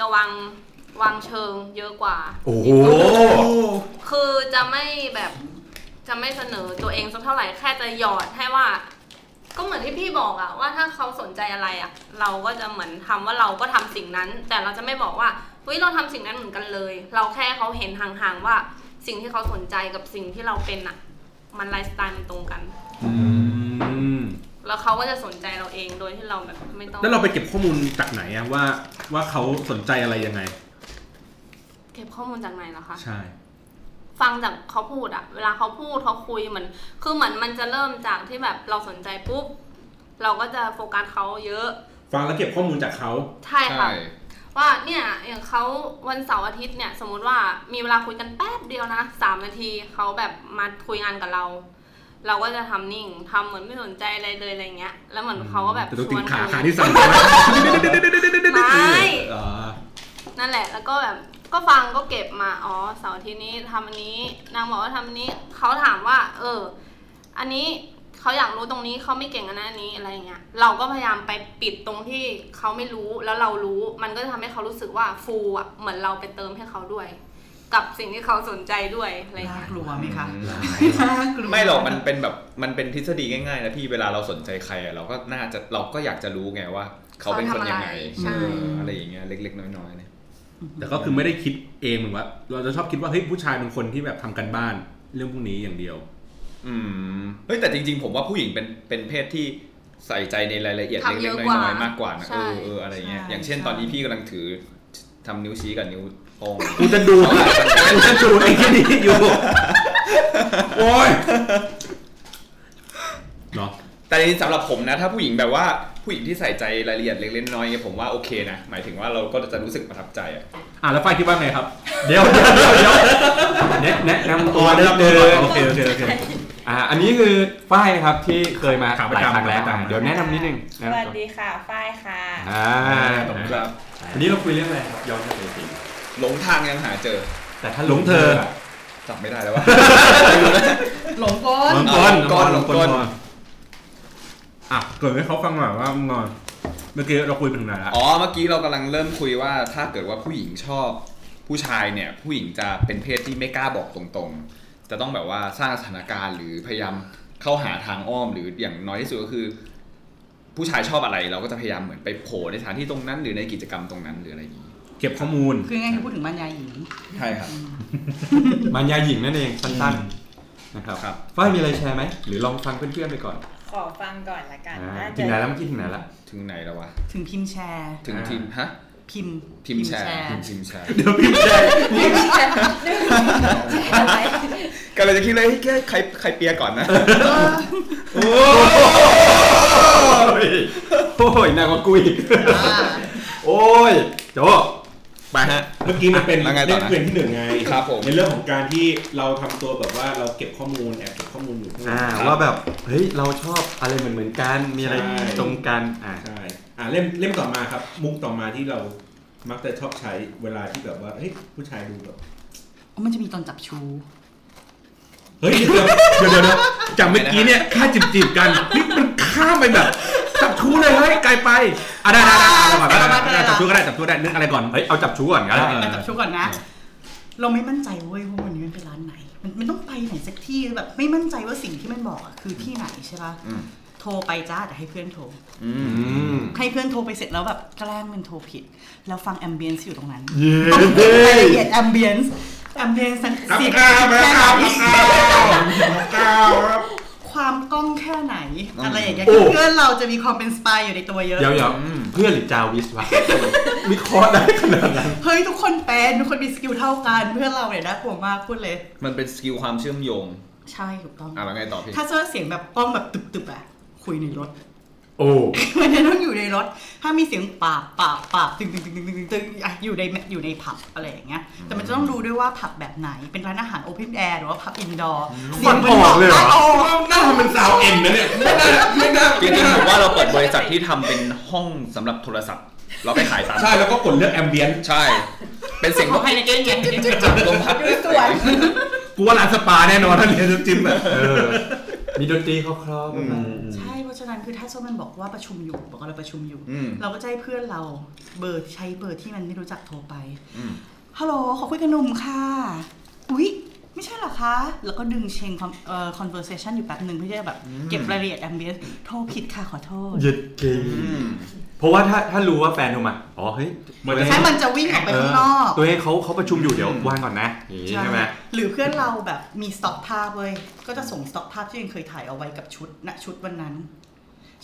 E: จะวางวางเชิงเยอะกว่า
C: โอ้โห
E: คือจะไม่แบบจะไม่เสนอตัวเองสักเท่าไหร่แค่จะหยอดให้ว่า ก็เหมือนที่พี่บอกอะว่าถ้าเขาสนใจอะไรอะเราก็จะเหมือนทำว่าเราก็ทำสิ่งนั้น แต่เราจะไม่บอกว่าเฮ้ยเราทำสิ่งนั้นเหมือนกันเลย เราแค่เขาเห็นห่างๆว่า สิ่งที่เขาสนใจกับสิ่งที่เราเป็นอะมันไลฟ์สไตล์มันตรงกัน
D: อืม
E: แล้วเขาก็จะสนใจเราเองโดยที่เราแบบไม่ต้อง
D: แล้วเราไปเก็บข้อมูลจากไหนอะว่าว่าเขาสนใจอะไรยังไง
E: เก็บข้อมูลจากไหนเหรอคะ
D: ใช่
E: ฟังจากเขาพูดอะเวลาเขาพูดเขาคุยเหมือนคือเหมือนมันจะเริ่มจากที่แบบเราสนใจปุ๊บ เราก็จะโฟกัสเขาเยอะ
D: ฟังแล้วเก็บข้อมูลจากเขา
E: ใช่ค่ะ
B: ใช่
E: ว่าเนี่ยอย่างเขาวันเสาร์อาทิตย์เนี่ยสมมติว่ามีเวลาคุยกันแป๊บเดียวนะสามนาทีเขาแบบมาคุยงานกับเรา เราก็จะทำนิ่งทำเหมือนไม่สนใจอะไรเลยอะไรเงี้ย แล้วเหมือนเขาก็แบบ
D: แต่ตัว
E: ช
D: ติ
E: ว
D: ด
E: น
D: ขา
E: คุย
D: ขาที่สั่นไปแล้ว
E: ไม่
D: เออ
E: นั่นแหละ แล้วก็แบบก็ฟังก็เก็บมาอ๋อเสาร์อาที่นี้ทำอันนี้ นางบอกว่าทำอันนี้เขาถามว่า เออ อันนี้เขาอยากรู้ตรงนี้เขาไม่เก่งอันนั้นอันนี้อะไรอย่างเงี้ยเราก็พยายามไปปิดตรงที่เขาไม่รู้แล้วเรารู้ มันก็จะทำให้เขารู้สึกว่าฟูอ่ะเหมือนเราไปเติมให้เขาด้วย กับสิ่งที่เขาสนใจด้วยอะไรอย่างเงี้
F: น่า
E: ย
F: กลัวไหมคะ
B: อืม
F: น่ากลัว
B: ไม่หรอก มันเป็นแบบ มันเป็นทฤษฎีง่ายๆนะพี่ เวลาเราสนใจใครอะเราก็น่าจะ เราก็อยากจะรู้ไงว่า เขาเป็นคนยังไง
E: ใช่
B: เอออะไรอย่างเงี้ย เล็กๆ น้อยๆเนี่ย
D: แต่ก็คือไม่ได้คิดเองเหมือนว่า เราจะชอบคิดว่าเฮ้ยผู้ชายเป็นคนที่แบบทำกันบ้านเรื่องพวกนี้อย่างเดียว
B: อืม เฮ้ย แต่จริงๆ ผมว่าผู้หญิงเป็น เป็นเพศที่ใส่ใจในรายละเอียด
E: ทำเย
B: เล็กๆ
E: อะกว่า
B: น้อยๆ มากกว่านะ
E: ใช่
B: เออเอออะไรเงี้ย อย่างเช่น ตอนนี้พี่กำลังถือทำนิ้วชี้กับนิ้วโป้ง
D: กูจะดูดกูจะดูดไอ้ที่นี่อยู่ โอ้ยเนาะ
B: แต่ในสำหรับผมนะ ถ้าผู้หญิงแบบว่าผู้หญิงที่ใส่ใจรายละเอียดเล็กๆน้อยๆเนี่ยผมว่าโอเคนะ หมายถึงว่าเราก็จะรู้สึกประทับใจอะ
D: อ่ะแล้วฝ้ายคิดว่าไงครับ
C: เดี๋ยวเดี๋ยวเดี๋ยวเดี๋ยวแนะแนะนำตัวนิดนึง
D: โอเคโอเคโอเค
C: อ่าอันนี้คือฝ้ายนะครับที่เคยมา
D: ขา
C: ห
D: ประ
C: ลาย
D: จำ
C: ครั้งแล้ว
D: ขาประจำ
C: เดี๋ยวแนะนำนิดนึง
G: ส
C: นะ
G: วัสดีค่ะฝ้ายค่ะ
C: อ่า
D: ขอบคุณครับ
C: วันนี้เราคุยเรื่องอะไรครับย้อนกลับไปจริง
B: หลงทางยังหาเจอ
C: แต่ถ้า
D: หลงเธอ
B: จับไม่ได้แล้วว่า
F: หลงก้น
D: ลองก้อน
B: ก้อน
D: ลอง
B: ลอง
D: ก้
B: ก้อ
D: อน นอ่ะเกิดให้เขาฟังหน่อยว่ามึงงอนเมื่อกี้เราคุยไปถึงไหนละ
B: อ๋อเมื่อกี้เรากำลังเริ่มคุยว่าถ้าเกิดว่าผู้หญิงชอบ ผู้ชายเนี่ยผู้หญิงจะเป็นเพศที่ไม่กล้าบอกตรงๆ จะต้องแบบว่าสร้างสถานการณ์หรือพยายามเข้าหาทางอ้อมหรืออย่างน้อยที่สุดก็คือ ผู้ชายชอบอะไรเราก็จะพยายามเหมือนไปโผล่ในสถานที่ตรงนั้น หรือในกิจกรรมตรงนั้นหรืออะไรอย่างนี้
D: เก็บข้อมูล
F: คือง่ายๆคือพูดถึงมารยาหญิง
B: ใช่ครับ
C: มันยาหญิงนั่นเองสั้น
D: อืม
C: ๆนะครับ
B: ครับ
C: ฝ้ายมีอะไรแชร์ไหมหรือลองฟังเพื่อนๆไปก่อน
G: ขอฟังก่อนละกัน
C: อ่า
G: น่า
C: ถึ
G: จะ
C: งไหนแล้วเมื่อกี้ถึงไหนละ
B: ถึงไหนแล้ววะ
F: ถึงพิมพ์แชร์
B: ถึงทีมฮะ
F: พิมพ์
B: ทีมแชร์ทีมแชร์
C: เดี๋ยวพี่แชร์
G: อะไร
B: ก็เลยจะคิดเลยเฮ้ยแกใครใครเปียก่อนนะ
C: โอ้ยหนักกว่ากูอีกโอ้ยโจไปฮะ
D: เมื่อกี้มันเป็น
B: แล้วไงต่
D: เรื่
B: อ
D: อง
B: นะ
D: เรื่องที่หนึ่งไง
B: ครับผม
D: ในเรื่องของการที่เราทำตัวแบบว่าเราเก็บข้อมูลแอบเก็บข้อมูลอยู่
C: อ่าว่าแบบเฮ้ยเราชอบอะไรเหมือนเหมือนๆกันมีอะไร
D: ใช่
C: ตรงกันอ่า
D: ใช่อ่าเล่มเล่มต่อมาครับ มุกต่อมาที่เรามักจะชอบใช้เวลาที่แบบว่าเฮ้ยผู้ชายดูแบบ
F: อ๋อมันจะมีตอนจับชู
D: เฮ้ยเดี๋ยวเดี๋ยวเดี๋ยวเดี๋ยวจากเมื่อกี้เนี่ยค่าจิบจีบๆกันนี่มันข้ามไปแบบจับชูเลยเฮ้ยไกลไปอ่ะได้ได้ได้ได้ได้ได้จับชูก็ได้จับชูก็ได้นึกอะไรก่อน
C: เฮ้ยเอาจับชูก่อนก็ได้
D: เออ
F: เอาจับชูก่อนนะ เราไม่มั่นใจเว้ยว่าวันนี้มันเป็นร้านไหน มันมันต้องไปไหนสักที่แบบไม่มั่นใจว่าสิ่งที่มันบอกอะคือที่ไหนใช่ปะ
B: อืม
F: โทรไปจ้าแต่ให้เพื่อนโทร
B: อื
C: อื
B: ม
C: ม
F: ให้เพื่อนโทรไปเสร็จแล้วแบบแกล้งมันโทรผิด แล้วฟังแอมเบียนซ์อยู่ตรงนั้น
C: เย้
F: ร
C: เด้
F: ายละเอียดแอมเบียนซ์แอมเบียนซ์สัน
D: ครับ
F: เสียง
D: ก้าว
F: แค่
D: ก้า
F: ไหน
D: วก้าวก้าวครับ
F: ความกล้องแค่ไหน อะไรอย่างเงี้ย
B: โอ้
F: เพื่อนเราจะมีความเป็นสปายอยู่ในตัวเยอะ
C: เดี๋ยวเดี๋ยวๆเพื่อนหรือจาวิสวะวิเคราะห์ได้ขนาดนั้น
F: เฮ้ยทุกคนเป็นทุกคนมีสกิลเท่ากันเพื่อนเราเนี่ยน่ากลัวมากพูดเลย
B: มันเป็นสกิลความเชื่อมโยง
F: ใช่ถูกต้อง
B: อ่ะแล้วไงต่อพี่
F: ถ้าเจอเสียงแบบกล้องแบบตึบๆอะคุยในรถ
C: โอ้
F: มันจะต้องอยู่ในรถ ถ้ามีเสียงปากปากปากตึงตึงตึงตึงตึงตึงอ่ะอยู่ในอยู่ในผับอะไรอย่างเงี้ย แต่มันจะต้องดูด้วยว่าผับแบบไหน เป็นร้านอาหารโอเพนแอร์หรือว่าผับอินดอร์เสี
C: ฟั
F: ย
C: น
F: ง
C: ออก เลยเหรอ
D: น่าทำเป็นสาวเอ็นนะเนี่ยไม่น่าไม่น่า
B: จริงๆผมว่าเราเปิดบริษัทที่ทำเป็นห้องสำหรับโทรศัพท์ เราไปขายตาม
D: ใช่แล้วก็กดเลือกแอมเบียน
B: ใช่ เป็นเสียง
F: ข
B: ล
F: อง
B: ม
F: ไฮเนเก้นไงไฮเนเก้น
B: ลมพัด
D: กูว่าร้านสปาแน่นอนถ้าเรียนน้ำจิ้มอ่ะ
C: เออมีดนตรีคร่าวๆประมาณ
F: ใช่ เพราะฉะนั้นคือถ้าโซมันบอกว่าประชุมอยู่บอกว่าเราประชุมอยู่
B: อืม
F: เราก็จะให้เพื่อนเราเบอร์ใช้เบอร์ที่มันไม่รู้จักโทรไป
B: อืม
F: ฮัลโหลขอคุยกับหนุ่มค่ะ อุ๊ย ไม่ใช่เหรอคะ แล้วก็ดึงเชงคอมเอ่อ conversation อยู่แป๊บหนึ่งเพื่อที่จะแบบเก็บรายละเอียด ambience โทรผิดค่ะขอโทษ
C: เย็ดเก่ง
B: อืม
C: เพราะว่าถ้าถ้ารู้ว่าแฟนโทรมาอ๋อเฮ้ย
D: มัน
F: ใช่มันจะวิ่งออกไปข้างนอก
C: เตัวเองเขาเขาประชุมอยู่เดี๋ยววางก่อนนะอย่างงี้ใช่ไหม
F: หรือเพื่อนเราแบบมีสต็อกภาพเว้ย ก็จะส่งสต็อกภาพที่ยังเคยถ่ายเอาไว้กับชุดณชุดวันนั้น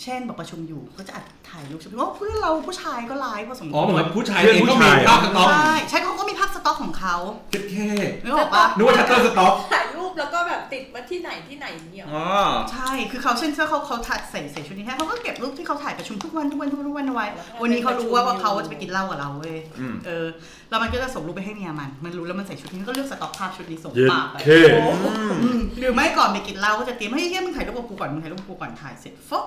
F: เช่นบอกประชุมอยู่ก็จะอัดถ่ายรูปชุดว่าเพื่อนเราผู้ชายก็ร้ายพอสมค
D: อ๋อ
F: วร
D: เหมือนกับผู้ชาย
C: เพื่
D: เอ
C: อน
D: ง
C: ผู้
D: ก็มี
C: ชาย
D: ภาพสต็อก
F: ใช่ใช่เขาก็มีภาพสต็อกของเขา
D: เท่
F: นึกออกปะ
D: นึกว่าชัตเตอร์สต็อก
G: ถ่ายรูปแล้วก็แบบติดมาที่ไหนที่ไหนอย่างเงี้ยหรอ
B: อ๋อ
F: ใช่ คือเขาเช่นเสื้อเขาเขาถ่ายใส่ใส่ชุดนี้ให้เขาก็เก็บรูปที่เขาถ่ายประชุมทุกวันทุกวันทุกวันทุกวันเอาไว้ วันนี้เขารู้ว่าว่าเขาจะไปกินเหล้ากับเราเว้ย
B: อืม
F: เออ แล้วมันก็จะส่งรูปไปให้เมียมัน มันรู้แล้วมันใส่ชุดนี้มันก็เลือกสต็อกภาพชุดนี้ส่ง
C: เย็ด
F: ปากไป
C: เก่ง
F: อืมหรือไม่ก่อนไปกินเหล้าก็จะเตรียมให้ยเฮียมึงถ่ายรูปกับกูก่อนมึงถ่ายรูปกับกูก่อนถ่ายเสร็จฟก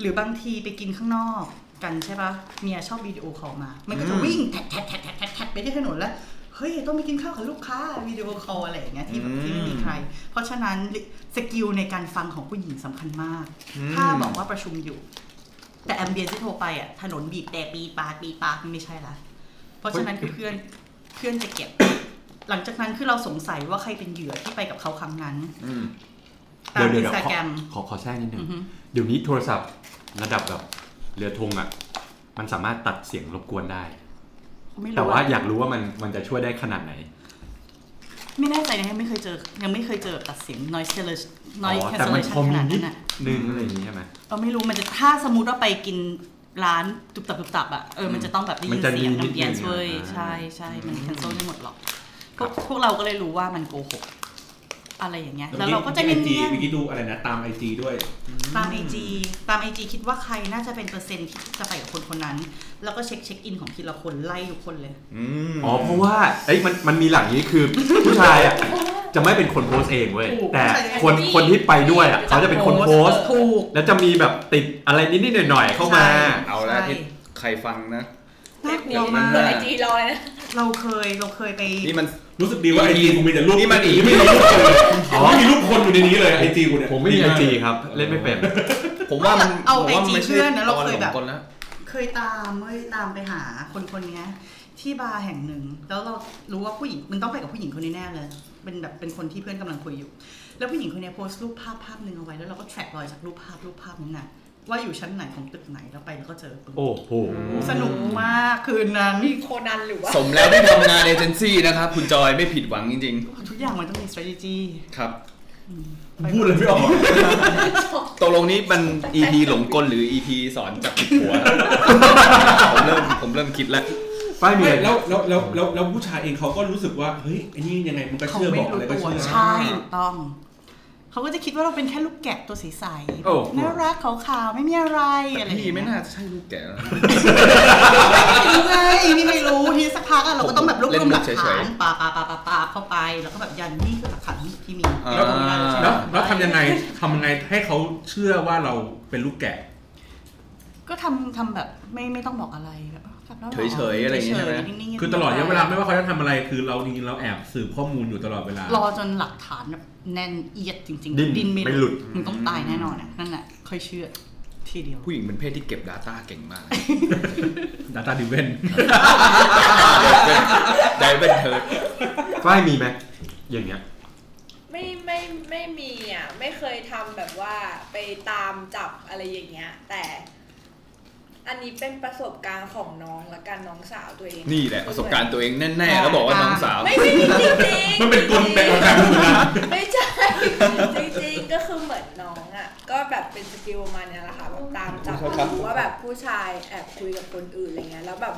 F: หรือบางทีไปกินข้างนอกกันใช่ปะเมียชอบวิดีโอคอลมา มันก็จะวิ่งแทดแทดแทดแทดแทดแทดไปที่ถนนแล้วเฮ้ยต้องไปกินข้าวกับลูกค้าวิดีโอคอลอะไรอย่างเงี้ยที่แบบที่ไม่มีใคร เพราะฉะนั้นสกิลในการฟังของผู้หญิงสำคัญมาก ถ้าบอกว่าประชุมอยู่ แต่แอมเบียนที่โทรไปอ่ะถนนบีบแต่ปีปากปีปากมันไม่ใช่ละเพราะฉะนั้นคือเพื่อนเพื่อนจะเก็บ หลังจากนั้นคือเราสงสัยว่าใครเป็นเหยื่อที่ไปกับเขาครั้งนั้น
B: อืม
F: ตาม
C: เดี๋
F: อิ
C: ยวน เดี๋ยว
F: สตา
C: ขอ
F: แกรม
C: ขอขอแทรกนิดนึ
F: อื
C: ง
F: อฮึ
C: เดี๋ยวนี้โทรศัพท์ระดับแบบเรือธงอ่ะ มันสามารถตัดเสียงรบกวนได้
F: ไม่รู้
C: แต่ว่าอยากรู้ว่ามันมันจะช่วยได้ขนาดไหน
F: ไม่แน่ใจนะยังไม่เคยเจอ ยังไม่เคยเจอตัดสิน noise cancellation
C: อ๋
F: noise
C: อ แต่มัน
F: cancellation
C: พอ
F: ข
C: มี
F: นาด
C: นิ
F: นั้
C: ด
F: นอ่ะ
C: นึงอะไรอย่างนี้ใช่ไหม
F: เราไม่รู้มันจะถ้าสมมติว่าไปกินร้านตุบตับตุบตับอ่ะเออมันจะต้องแบบได้ยินเสียงน้ำเบียนช่วยใช่ใช่มัน cancel ได้หมดหรอกพวกพวกเราก็เลยรู้ว่ามันโกหกอะไรอย่างเงี้ยแล้วเราก็จะเนี
D: จี
F: ยน
D: วิกิดูอะไรนะ ตามไอจีด้วย
F: ๆตามไอจีตามไอจีคิดว่าใครน่าจะเป็นเปอร์เซ็นต์ที่จะไปกับคนคนนั้น แล้วก็เช็คเช็คอินของทีละคนไล่ทุกคนเลย
B: อืม
C: อ๋อเพราะว่าเอ้ยมันมันมีหลังนี้คือ ผู้ชายอ่ะจะไม่เป็นคนโพสต์เองเว้ย
F: ถูก
C: แต่
F: ผู้ชายจะเป็น
C: คน
G: ผู้หญิง
C: คนที่ไปด้วยอ่ะเขาจะเป็นคนโพสต์
F: ถูก
C: แล้วจะมีแบบติดอะไรนิดๆหน่อยๆเข้ามา
F: ใช่
B: เอาละ
F: ใช่
B: ที่ใครฟังนะ
F: น่ากลัว
G: มั
F: มาน ก
G: เปิดไอจีเราเลยนะ
F: เราเคยเราเคยไป
B: นี่มัน
D: รู้สึกดีว่าไอจีกูมีแต่รูป
B: นี่มันอีก
D: ไม่มีรูปคนเลย
C: อ๋อ
D: ไม่มีรูปคนอยู่ในนี้เลยไอจีกูเนี่ย
C: ผมไม่มี
D: ดี
C: ไอก จีครับ เล่นไม่เป็น
B: ผมว่ามัน
F: เอา
B: ผมว่า
F: ไอจี
B: ไม่ใช่
F: เพื่อนนะเราเคย
B: ต
F: แบ
B: ขอ
F: บ
B: งคนนะ
F: เคยตามเว้ยตามไปหาคนคนเนี้ย ที่บาร์แห่งหนึ่ง แล้วเรารู้ว่าผู้หญิงมันต้องไปกับผู้หญิงคนนี้แน่เลย เป็นแบบเป็นคนที่เพื่อนกำลังคุยอยู่ แล้วผู้หญิงคนนี้โพสต์รูปภาพภาพหนึ่งเอาไว้แล้วเราก็แทร็กรอยจากรูปภาพรูปภาพนั้นน่ะว่าอยู่ชั้นไหนของตึกไหนแล้วไปแล้วก็เจอปุ๊บ
C: โอ้โห
F: สนุกมากคืนนั้น
G: โคนันหรือว่า
B: สมแล้วที่ทำงานเอเจนซี่นะครับ คุณจอยไม่ผิดหวังจริง
F: ทุกอย่างมันต้องมี strategy
B: ๆ ครับ
D: พูดเลยไม่ออก
B: ตกลงนี้มัน EP หลงกลหรือ EP สอนจับผิดหัว ผมเริ่มผมเริ่มคิดแล้ว
C: ป้ายมี
D: ไม่
C: อะไร
D: แล้วแล้วแล้วแล้วแล้วผู้ชายเองเขาก็รู้สึกว่าเฮ้ยไอ้นี่ยังไงมันก็
F: เขา
D: เชื่อ
F: ไม่
D: บอกอะ
F: รู้
D: ไรก็
F: ตัว
D: เชื่อ
F: ใช่ถูกต้อง เขาก็จะคิดว่าเราเป็นแค่ลูกแกะตัวใส
C: โอ้โห
F: ๆน่ารักขาวๆไม่มีอะไรอะไรอย่ง
B: พี่
F: เงี้ย
B: ไม่น่าใช่ลูกแก่แล้ว
F: ใช่นี่ไม่รู้ทีสักพักอะเราก็ต้องแบบรวบรวมหลัก
B: เล่
F: ฐาน น
B: มุกเฉยๆ
F: ปาปาปาปาปาเข้าไปแล้วก็แบบยันนี่คือหลักฐานที่มี
B: อ่า
F: เราทำได้ใช่ไหม
D: แล้วแล้วทำยังไงทำยังไงให้เขาเชื่อว่าเราเป็นลูกแกะ
F: ก็ทำทำแบบไม่ไม่ต้องบอกอะไรแบบกลับแล้วหร
B: เฉยๆอะไรอย่างเงี้ยใช่ไหม
F: ฉๆนิ่งๆ
D: คือตลอดระยะเวลาไม่ว่าเขาจะทำอะไรคือเราจริงๆเราแอบสืบข้อมูลอยู่ตลอดเวลาร
F: อจนหลักฐานแบบแน่นเอียดจริง
C: ดิ้น
F: นไม่
C: ไม่หลุด
F: มึงต้องตายแน่นอนอะนั่นแหละค่อยเชื่อทีเดียว
B: ผู้หญิงเป็นเพศที่เก็บ Data เก่งมาก
D: ดัตตาดิเวน
B: ได้เป็นเธอ
C: ป้ายมีไหมอย่างเงี้ย
G: ไม่ไม่ไม่มีอ่ะ ไม่เคยทำแบบว่าไปตามจับอะไรอย่างเงี้ย แต่ อันนี้เป็นประสบการณ์ของน้องละกันน้องสาวตัวเอง
B: นี่แหละประสบการณ์ตัวเองแน่ๆ แล้วบอกว่าน้องสาว
G: ไม่ไม่จริงจริงๆ
D: มันเป็นกลเป็นกลไกเหมือนกัน
G: ไม่ใช่ จริงๆ ก็คือเหมือนน้องอ่ะ ก็แบบเป็นสกิลประมาณเนี้ยแหละค่ะแบบตามจับ
B: ครับ
G: ดูว่าแบบผู้ชายแอบคุยกับคนอื่นอะไรเงี้ยแล้วแบบ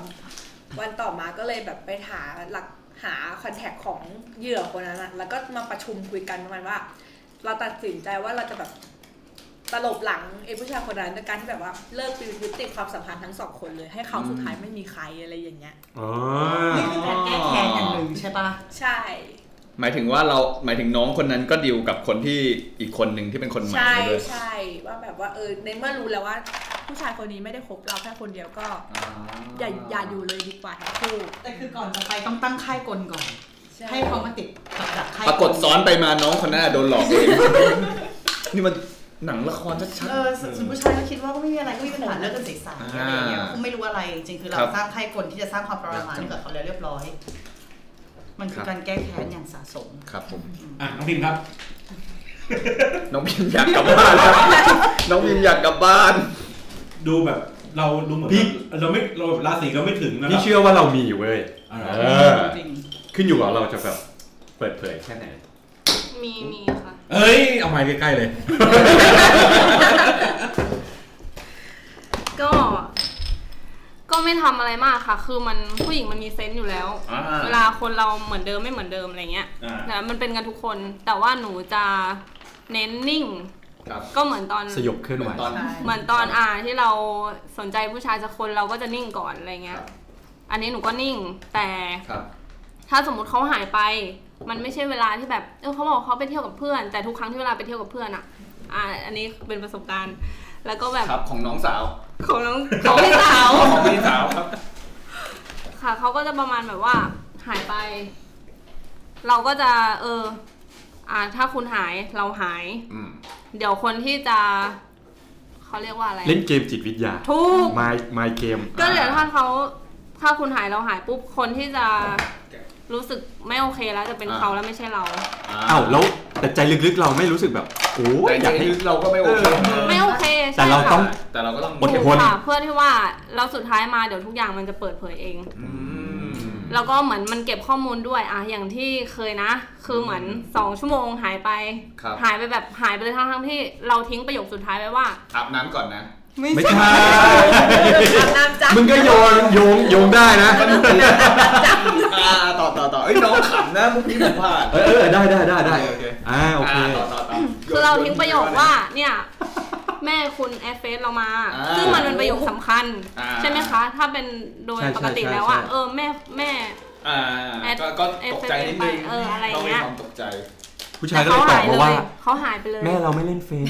G: วันต่อมาก็เลยแบบไปหาหลักหาคอนแทคของเหยื่อคนนั้นอะแล้วก็มาประชุมคุยกันประมาณว่า เราตัดสินใจว่าเราจะแบบตลบหลังไอ้ผู้ชายคนนั้นด้วยการที่แบบว่าเลิกยุติความสัมพันธ์ทั้งสองคนเลย ให้เขาสุดท้ายไม่มีใครอะไรอย่างเงี้ย
C: อ๋อ
F: นี่คือการแก้แค้นอย่างหนึ่งใช่ปะ
G: ใช่
B: หมายถึงว่าเราหมายถึงน้องคนนั้นก็ดิวกับคนที่อีกคนหนึ่งที่เป็นคนใหม่
G: ใช่
B: ด้วย
G: ใช่ว่าแบบว่าเออในเมื่อรู้แล้วว่า ผู้ชายคนนี้ไม่ได้คบเราแค่คนเดียวก็ อย่าอย่าอยู่เลยดีกว่าทั้งคู่
F: แต่คือก่อนจะไปต้องตั้งค่ายกลก่อน ให้เขามาติดกับดักค่าย
B: ปรากฏซ้อนไปมาน้องคนนั้นอะโดนหลอกเองนี่มันหนังละครชัด
F: เออส่วนส่วนผู้ชายก็คิดว่าก็ไม่มีอะไรก็ไมมีปัญหาเลิกกันใสๆอะไรอย่างเงี้ย
B: อ่า
F: คงไม่รู้อะไรจริงๆคือเรา
B: ครับ
F: สร้างค่ายกลที่จะสร้างความประหลาดให้กับเขาแล้วเรียบร้อย มันคื
B: ครั
F: อบ การแก้แค้นอย่างสะสม
B: ๆ ครับผม
D: อ่ะน้องพิมครับ
B: น้องพิมอยากกลับบ้าน แล้วน้องพิมอยากกลับบ้าน
D: ดูแบบเราดูเหมือน
C: พี่
D: เราไม่เราราศีก็ไม่ถึงนะ
C: พี่เชื่อว่าเรามีอยู่เว้ย
D: อ่า
C: เออ
F: จริง
C: ขึ้นอยู่กับเราจะแบบเปิดเผยแค่ไหน
E: มีมีค่ะ
D: เอ้ยเอาไม้ใกล้ๆเลย
E: ก็ ก็ไม่ทำอะไรมากค่ะ คือมันผู้หญิงมันมีเซนส์อยู่แล้ว
D: อ่า
E: เวลาคนเราเหมือนเดิมไม่เหมือนเดิมอะไรเงี้ย
D: อ่า
E: นะมันเป็นกันทุกคน แต่ว่าหนูจะเน้นนิ่ง
B: ครับ
E: ก็เหมือนตอน
C: สยบเคลื่อนไหว
B: ตอน
E: เหมือนตอนอ่าที่เราสนใจผู้ชายสักคนเราก็จะนิ่งก่อนอะไร
B: ค
E: เงี้ย
B: รับ
E: อันนี้หนูก็นิ่ง แต่
B: ครับ
E: ถ้าสมมติเขาหายไป มันไม่ใช่เวลาที่แบบ เออเขาบอกเขาไปเที่ยวกับเพื่อน แต่ทุกครั้งที่เวลาไปเที่ยวกับเพื่อนอ่ะ อ่า อันนี้เป็นประสบการณ์ แล้วก็แบบ
B: ครับของน้องสาว
E: ของน้องของพี่สาว
B: ของพี่สาวครับ
E: ค่ะเขาก็จะประมาณแบบว่าหายไป เราก็จะเออ อ่า ถ้าคุณหายเราหาย
B: อืม
E: เดี๋ยวคนที่จะเขาเรียกว่าอะไร
C: เล่นเกมจิตวิทยา
E: ถูก
C: ไม้ไม้เกม
E: ก็เดี๋ยวถ้าเขาถ้าคุณหายเราหายปุ๊บคนที่จะรู้สึกไม่โอเคแล้วจะเป็น
B: อ่า
E: เขาแล้วไม่ใช่เรา
C: อ้าวแล้วแต่ใจลึกๆเราไม่รู้สึกแบบโอ้ย
B: แต่
C: อ
B: ใจ
C: ยากให้
B: ลึกเราก็ไม่โอเค
E: ไม่โอเค
C: แต่
E: ใช่
C: เรา
E: ค่ะ
C: ต้อง
B: แต่เราก็ต้อง
C: อด
E: ถูก
C: ทน
E: ค่ะเพื่อที่ว่าเราสุดท้ายมาเดี๋ยวทุกอย่างมันจะเปิดเผยเอง
B: อืม
E: แล้วก็เหมือนมันเก็บข้อมูลด้วยอะอย่างที่เคยนะ คือเหมือนสองชั่วโมงหายไป
B: ครับ
E: หายไปแบบหายไปเลยทั้งทั้งๆที่เราทิ้งประโยคสุดท้ายไว้ว่า
B: อาบน้ำก่อนนะ
C: ไม่ใช่
G: อาบน้ำ จ้ะ
C: มึงก็โยนโยงโยงได้นะ
B: อ่าต่อต่อต่อเอ้ยน้องขำนะมุกนี้ผมพลาด
C: เออเออได้ได้ได้ได้
B: โอเค
C: อ่าโอเค
B: ต่อต่อต่อ
E: คือเราทิ้งประโยคว่าเนี่ย แม่คุณแอดเฟซเรามา
B: อ่า
E: ซึ่งมันเป็นประโยคสำคัญ
B: อ่า
E: ใช่ไหมคะ ถ้าเป็นโดย
C: ใช่ใช่
E: ปกติ
C: ใช่
E: แล้วอ่ะ
C: ใช่
E: เออแม่แม่
B: อ่า
E: แอด
B: ก็ก็ตกใจนิดนึง
E: เอออะไร
B: ต้องมี
E: เงี้ย
B: ความตกใจ
C: ผู้ชายก็เลยตอบ
E: เล
C: มาว่า
E: เขาหายไปเลย
C: แม่เราไม่เล่นเฟซ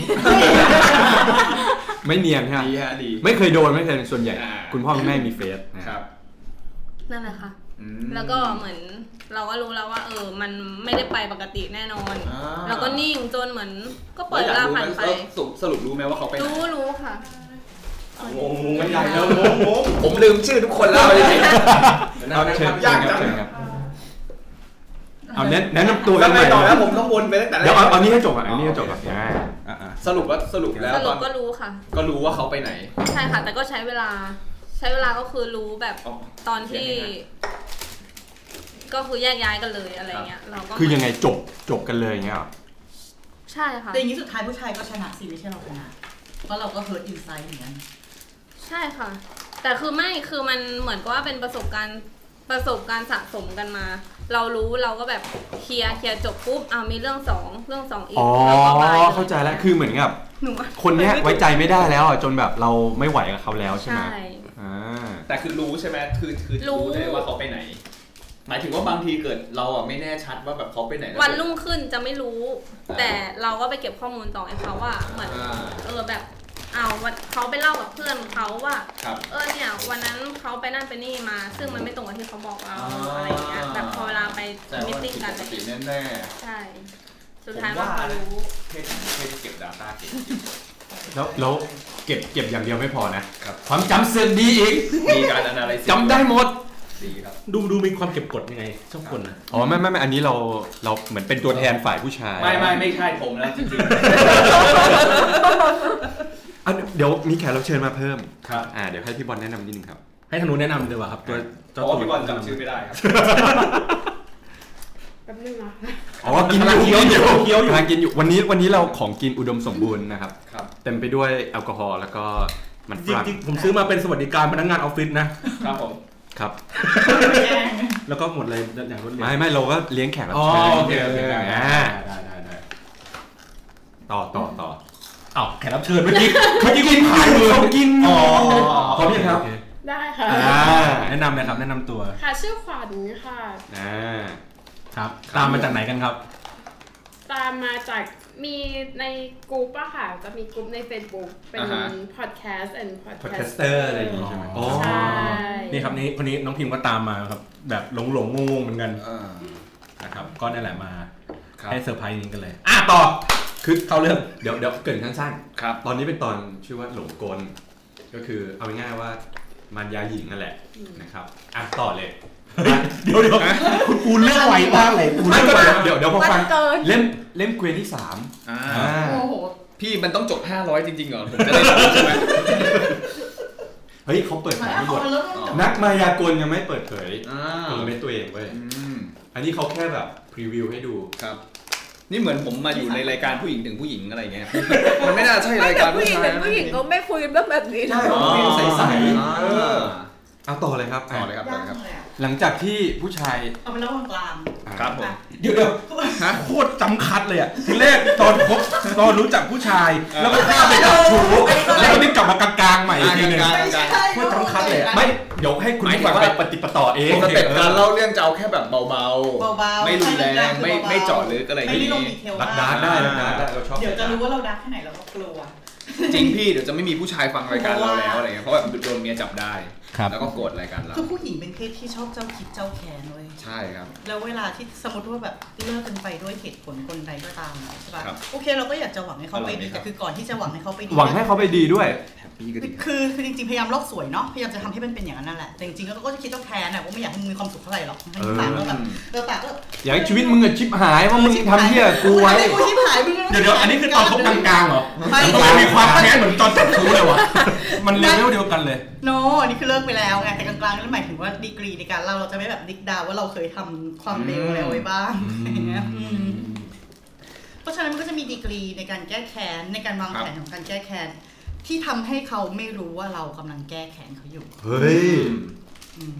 C: ไม่เนียนใช่ไหม
B: ดีฮะดี
C: ไม่เคยโดนไม่เคยส่วนใหญ่
B: อ่า
C: คุณพ่อคุณแม่มีเฟซนะ
B: ครับ
E: นั่นแหละค่ะ
B: อืม
E: แล้วก็เหมือนเราก็รู้แล้วว่า เออ มันไม่ได้ไปปกติแน่นอน
B: อ่า
E: แล้วก็นิ่งจนเหมือนก็ปล่อยเวลาผ่านไป
B: แล้วอยกรู้หมสรุปสรุปรู้ไหมว่าเขาไปไหน
E: รู้รู้ค่ะ
C: งงงกันใหญ่แล้วงงงง
B: ผมลืมชื่อทุกคนแล้วจริง
C: เอาเชิญ
B: ยากจัง
C: เชิญครับเอาแนะแนะนำตัว
B: ๆ
C: กั
B: แล้วไป
C: นหน่อย
B: ต่อแล้วผมต้องวนไปตั้งแต่แร
C: เดี๋ยว
B: ก
C: เอาเอานี้ให้จบอ่ะอันนี้ให้จบก่อนอ่า
D: อ่ะอ่ะ
B: สรุปว่าสรุปแล้ว
E: ส
B: ต
E: รุ
B: อ
E: ป
B: น
E: ก็รู้ค่ะ
B: ก็รู้ว่าเขาไปไหน
E: ใช่ค่ะ แต่ก็ใช้เวลา ใช้เวลาก็คือรู้แบบ
B: อ๋อ
E: ตอนที่
B: เขียนให้
E: ก็คือแยกย้ายกันเลยอะไรเงี้ย เราก็
C: คือยังไงจบจบกันเลยอย่างเงี้ยเหรอ
E: ใช่ค่ะ
F: แต่อย่างนี้สุดท้ายผู้ชายก็ชนะสิไม่ใช่เราชนะ เพราะเราก็เฮิร์ตอินไซด์เหมือนกัน
E: ใช่ค่ะ แต่คือไม่คือมันเหมือนกับว่าเป็นประสบการณ์ประสบการณ์สะสมกันมา เรารู้เราก็แบบเคลียร์เคลียร์จบปุ๊บอ้าวมีเรื่องสองเรื่องสองอีก
C: อ๋อ
E: เราก็บายย
C: เข้าใจแล้วคือเหมือนกับ
E: หนู
C: คนเนี้ยไว้ใจไม่ได้แล้วอ่ะจนแบบเราไม่ไหวกับเขาแล้วใช่ไหม
E: ใช่
C: อ่า
B: แต่คือรู้ใช่ไหมคือคือ
E: รู้
B: รู้เลยว่าเขาไปไหน หมายถึงว่าบางทีเกิดเราอ่ะไม่แน่ชัดว่าแบบเขาไปไหนแล้
E: วันรุ่งขึ้นจะไม่รู้ แต่เราก็ไปเก็บข้อมูลต่อให้เขาว่าเหมือน
B: อ่า
E: เออแบบเอาวันเขาไปเล่ากับเพื่อนเขาว่า
B: ครับ
E: เออเนี่ยวันนั้นเขาไปนั่นไปนี่มา ซึ่งมันไม่ตรงกับที่เขาบอกเรา
B: อ่า
E: อะไรอย่างเงี้ยแบบพอเวลาไป
B: แต่
E: มิ
B: ว่าผิ
E: ติ้
B: ดป
E: งกัน
B: กติแน่
E: ใช่
B: ๆ
E: สุด
B: ผม
E: ท้ายว่า
B: ว่า
E: เขารู้
B: เพศเพศเก็บ Data เก่ง
C: แล้วแล้วเก็บเก็บอย่างเดียวไม่พอนะครับ ความจำเสื่อมดีอีก
B: มีการ analysis
C: จำได้หมด
B: ดีครับ
D: ดูดูมีความเก็บกดยังไงช่องคนนะ
C: อ๋อไม่ไม่ไม่อันนี้เราเราเหมือนเป็นตัวแทนฝ่ายผู้ชาย
B: ไม่ไม่ไม่ใช่ผมแล้วจริง
C: อ่ะเดี๋ยวมีแขกรับเชิญมาเพิ่ม
D: ครับ
C: อ่าเดี๋ยวให้พี่บอลแนะนำนิดนึงครับ
D: ให้ธนูแนะนำดีกว่าครับตั
B: ๆเพ
D: วเจ้า
B: ราะ
D: ตั
B: ว่าว พี่บอลจำชื่อไม่ได้ครับ
G: แป๊บนึงนะ
C: อ๋อกินอยู่เคี้ยวอยู่เคี้ยวอยู่ทานกินอยู่วันนี้วันนี้เราของกินอุดมสมบูรณ์นะครับ
B: ครับ
C: เต็มไปด้วยแอลกอฮอล์แล้วก็มันฝ
D: จริง
C: รั่ง
D: จริงผมซื้อมาเป็นสวัสดิการพนักงานออฟฟิศนะ
B: ครับผม
C: ครับ
D: แล้วก็หมดเลยอย่างรวดเร็ว
C: ไม่ไม่เราก็เลี้ยงแขกรับ
D: อ๋อ
C: เชิญ
D: โอเคโอเคได้
C: อ่า
D: ได้ได้ได้
C: ต่อต่อต่อ
D: อ้าวแขกรับเชิญเมื่อกี้เมื่อกี้
C: กิน
D: ผ่าน
C: อ
D: มื
C: ยู่
D: อ
C: เขากินอยู่
D: พร้อมยังครับ
H: ได้ค่ะ
C: อ่า
D: แนะนำนะครับแนะนำตัว
H: ค่ะชื่อขวัญค่ะ
C: อ่า
D: ครับ ตามมาจากไหนกันครับ
H: ตามมาจากมีในกลุ่มอะค่ะ จะมีกลุ่มใน Facebook เป็น
B: อ่าฮะ
H: podcast and
C: พอดแคส
H: podcast
C: เตอร์อะไรอย่างงี้ใช่ไหม
D: อ๋อ
H: ใช่
D: นี่ครับนี่คนนี้น้องพิมพ์ก็ตามมาครับ แบบหลงหลงๆงงๆเหมือนกัน
B: อ่า
D: นะครับ ก็นั่นแหละมา
B: ครับ
D: ให้เซอร์ไพรส์นี้กันเลย อ่ะต่อ คือเข้าเรื่อง
C: เดี๋ยวเดี๋ยวเกรินสั้น
B: ครับ
C: ๆ ตอนนี้เป็นตอนชื่อว่าหลงกล ก็คือเอาง่ายๆว่ามันยาหญิงนั่นแหละนะครับ อ่ะต่อเลย
D: เดี๋ยวเดี๋ยวคุณปูเรื่องไวมากเลยปู
C: ไม่
D: เรื่อ
C: ก็
D: งไว
C: เดี๋ยวเดี๋ยวเดี๋ยวพอฟัง
H: เกิน
C: เล่มเล่มเกวียนที่สาม
B: อ่า
C: อ่า
H: โอ้โห
B: พี่มันต้องจบ 500 จริงๆเหรอ ผมจะ ได้รู้ใช่ไหม
C: เฮ้ยเขาเปิดเผยให้หมด
B: อ๋อ
C: นักมายากลยังไม่เปิดเผย
B: อ่า
C: เออเป็นตัวเองเว้ย
B: อืม
C: อันนี้เขาแค่แบบพรีวิวให้ดู
B: ครับ นี่เหมือนผมมาอยู่ในรายการผู้หญิงถึงผู้หญิงอะไรเงี้ย มันไม่น่าใช่
G: ไม่
B: ราย
G: แต่
B: การ
G: ผู้หญิง
B: ชาย
G: เป็นผู้หญิงก็ไม่คุยเรื่องแบบนี้นะ
C: ใช่เขาคุยใส
B: อ่า
C: ๆเออเอาต่อเลยครับ
B: ต่อเลยครับต่อย
F: า
B: เลย
F: ก
B: ครับ
F: เลยอะ
C: หลังจากที่ผู้ชาย
F: เอาเป็นระหว่างกลาง
B: ครับผม
D: เดี๋ยวเดี๋ยวโคตรจำคัดเลยอ่ะทีแรกตอนคบตอนรู้จักผู้ชาย แล้วก็ข้ามไปจับ ชู้แล้วก็นี่กลับมากลางๆใหม่อีกทีหนึง
B: อ่า
F: ไม่ใช่
D: ไม่ต้องคัดเลยอะ
C: ไม่เดี๋ยวให้คุณ
B: หมายถึง
C: ฟัง
B: ว่า
C: ไปปฏิปต่อเอง
B: ปกติการเล่าเรื่องจะเอาแค่แบบเบา
F: เบาๆ
B: ไม่รุนแรง
F: ใช่
B: ไม่
F: บาๆ
B: ไม่เจาะลึกอะไร
F: ไม่
B: นี้
F: ด้ลงดีเทล
C: รักดาร์กได้รักดาร์กได้เราชอบ
F: เดี๋ยวจะรู้ว่าเราดักแค่ไหนเราก็กลัว
B: จริงพี่เดี๋ยวจะไม่มีผู้ชายฟังรายการเราแล้วอะไรเงี้ย เพราะแบบโดนเมียจับได้
D: ครับ
B: แล้วก็โกรธรายการเรา
F: คือผู้หญิงเป็นเพศที่ชอบเจ้าคิดเจ้าแค้นเว้ย
B: ใช่ครับ
F: แล้วเวลาที่สมมติว่าแบบเลิกกันไปด้วยเหตุผลคนใดก็ตามอะใช่ปะ
B: ครับ
F: โอเคเราก็อยากจะหวังให้เขาไป
B: อร่อย
F: ดี
B: ไหมครับ
F: แต่คือก่อนที่จะหวังให้เขาไปดี
C: หวังให้เขาไปดีด้วย
B: แฮปปี้ก็
F: คื
B: ดี
F: อคือคือจริงๆพยายามโลกสวยเนาะพยายามจะทำให้มันเป็นอย่างนั้นนั่นแหละแต่จริงๆแล้วเราก็จะคิดเจ้าแค้นอะว่าไม่อยากให้มึงมีความสุขเท่าไหร่หรอก
C: เออ
F: ต่างก็แบบเออต่างก็
C: อยากให้ชีวิตมึงอะชิบหายเพราะมึงทำเหี้ยกูไว้
F: มึงทำให้กูชิบหายมึง
D: เดี๋ยวเดี๋ยวอันนี้คือตอนคบกลางๆเหรอ
F: ไม่
D: ทำไมมีความแค้นเหมือนตอนจับชู้เลยวะ มันเลเวลเดียวกันเลย
F: โนอันนี้คือเลิกไปแล้วไงแต่กลางๆนั่นหมายถึงว่าดีกรีในการเล่าเราจะไม่แบบดิกดาวว่าเราเคยทำความเลวอะไรไว้บ้างอะไรอย่างเงี้ยอืม เพราะฉะนั้นมันก็จะมีดีกรีในการแก้แค้นในการวางแผนของการแก้แค้นที่ทำให้เขาไม่รู้ว่าเรากำลังแก้แค้นเขาอยู่
C: เฮ้ย
F: อืม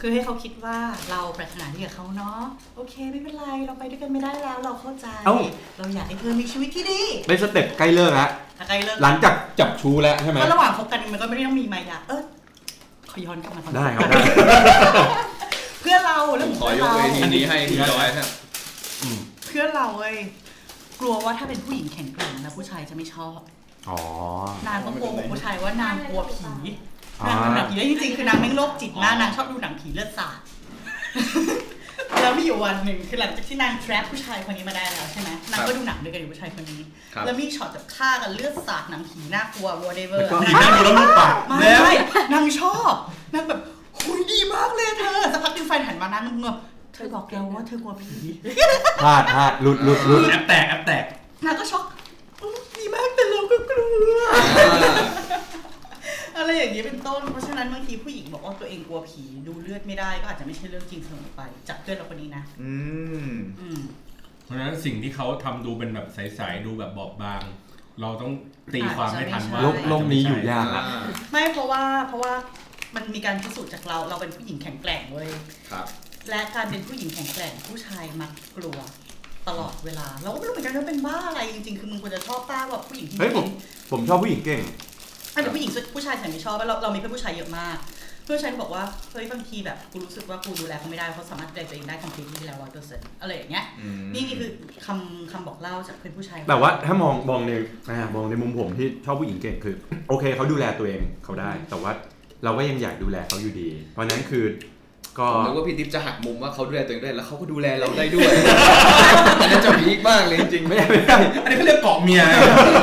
F: คือให้เขาคิดว่าเราปรารถนาดีกับเขาเนาะโอเคไม่เป็นไรเราไปด้วยกันไม่ได้แล้ว เราเข้าใจ
C: เอ้า
F: เราอยากให้เธอมีชีวิตที่ดี
C: ได้สเต็ปใกล้เลิกละ
F: อะไรเลิก
C: หลังจากจับชูแล้วใช่ไหม
F: เพราะระหว่างคบกันมันก็ไม่ได้ต้องมีมายาเออขอย้อนกลับมาตอน
C: ได้ครับได้
F: เพื่อนเรา
B: ผ
F: เรื่อง
B: ม
F: ของ
B: ขอยกเว
F: เพื่อนเรา
B: ทีนี้ให้พี่จอยครับ
F: เพื่อนเราเว้ยกลัวว่าถ้าเป็นผู้หญิงแข็งแกร่งนะผู้ชายจะไม่ชอบ
C: อ๋อน
F: างก็โกหกผู้ชายว่านางกลัวผี
C: อ่า น
F: างเป็นหนังผีแล้วจริงๆคือนางแม่งโรคจิตมากนางชอบดูหนังผีเลือดสาด แล้ แล้วมีอยู่วันหนึ่งคือหลังจากที่นาง trap ผู้ชายคนนี้มาได้แล้วใช่ไหมนางก็ดูหนังด้วยกันอยู่ผู้ชายคนนี้
B: ครับ
F: แล้วมีช็อตแบบฆ่ากันเลือดสาดหนังผีน่ากลัว whatever
D: หยิบหน้าดูแล้วลูกปาก
F: ไม่ไม่นางชอบนางแบบหุยดีมากเลยเธอสักพักหนึงแฟนหันมานางงงๆเธอบอกเราว่าเธอกลัวผี
C: พลาดพลาดหลุดหลุดหลุด
D: แอปแตกแอปแตก
F: นางก็ช็อกอุ๊ยดีมากแต่เราก็กลัว อะไรอย่างนี้เป็นต้น เพราะฉะนั้นบางทีผู้หญิงบอกว่าตัวเองกลัวผีดูเลือดไม่ได้ก็อาจจะไม่ใช่เรื่องจริงเสมอไปจากเพื่อนเราคนนี้นะ
B: อืม
F: อืม
D: เพราะฉะนั้นสิ่งที่เขาทำดูเป็นแบบใสๆดูแบบบอบบาง เราต้องตีความให้ทันว่า
C: โลกโลกนี้อยู่ยากอะ
F: ไม่เพราะว่าเพราะว่ามันมีการพิสูจน์จากเราเราเป็นผู้หญิงแข็งแกร่งเว้ย
B: ครับ
F: และการเป็นผู้หญิงแข็งแกร่งผู้ชายมักกลัวตลอดเวลา เราก็ไม่รู้เหมือนกันว่าเป็นบ้าอะไรจริงๆ คือมึงควรจะชอบป้าแบบผู้หญิงที่
C: เฮ้ยผมผมชอบผู้หญิงเก่ง
F: ถ้าเป็นผู้หญิงผู้ชายฉันไม่ชอบแล้วเราเรามีเพื่อนผู้ชายเยอะมาก เพื่อนผู้ชายบอกว่าเฮ้ยบางทีแบบกูรู้สึกว่ากูดูแลเขาไม่ได้เขาสามารถดูแลตัวเองได้คอมพลีทแล้วร้อยเปอร์เซ็นต์อะไรอย่างเงี้ย
B: อืม
F: นี่นี่คือคำคำบอกเล่าจากเพื่อนผู้ชาย
C: แต่ว่าถ้ามองมองในอ่ามองในมุมผมที่ชอบผู้หญิงเก่งคือ โอเคเขาดูแลตัวเองเขาได้ แต่ว่าเราก็ยังอยากดูแลเขาอยู่ดี เพราะฉะนั้นคือก็
B: ผมนึกว่าพี่ติ๊บจะหักมุมว่าเขาดูแลตัวเองด้วยแล้วเขาก็ดูแลเราได้ ด้วย อันนั้นจะพีคมากเลยจริงๆ
C: ไม่ได้ไม่ได้
D: อันนี้เขาเรียกเกาะเมีย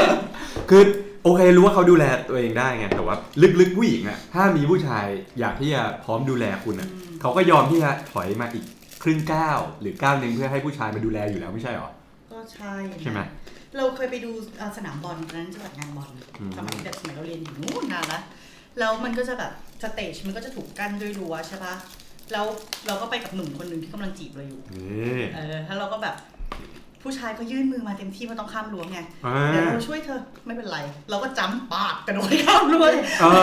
C: คือโอเครู้ว่าเขาดูแลตัวเองได้ไงแต่ว่าลึกๆผู้หญิงอะถ้ามีผู้ชายอยากที่จะพร้อมดูแลคุณอะเขาก็ยอมที่จะถอยมาอีกครึ่งก้าวหรือก้าวหนึงเพื่อให้ผู้ชายมาดูแลอยู่แล้วไม่ใช่หรอ
F: ก็ใช่นะ
C: ใช่ไหม
F: เราเคยไปดูเอ่อสนามบอลตอนนั้นจะจัดงานบอล
C: อืม
F: สมัยแบบสมัยเราเรียนอยู่นู่นนานละแล้วมันก็จะแบบสเตจมันก็จะถูกกั้นด้วยรั้วใช่ปะแล้วเราก็ไปกับหนุ่มคนหนึ่งที่กำลังจีบเราอยู่
C: นี่
F: เออแล้วเราก็แบบ ผู้ชายก็ยื่นมือมาเต็มที่เพราะต้องข้ามรั้วไง
C: อ่า
F: เดี๋ยวเราช่วยเธอไม่เป็นไร เราก็จ้ำปาดกระโดดข้ามรั้วเลย
C: อ่า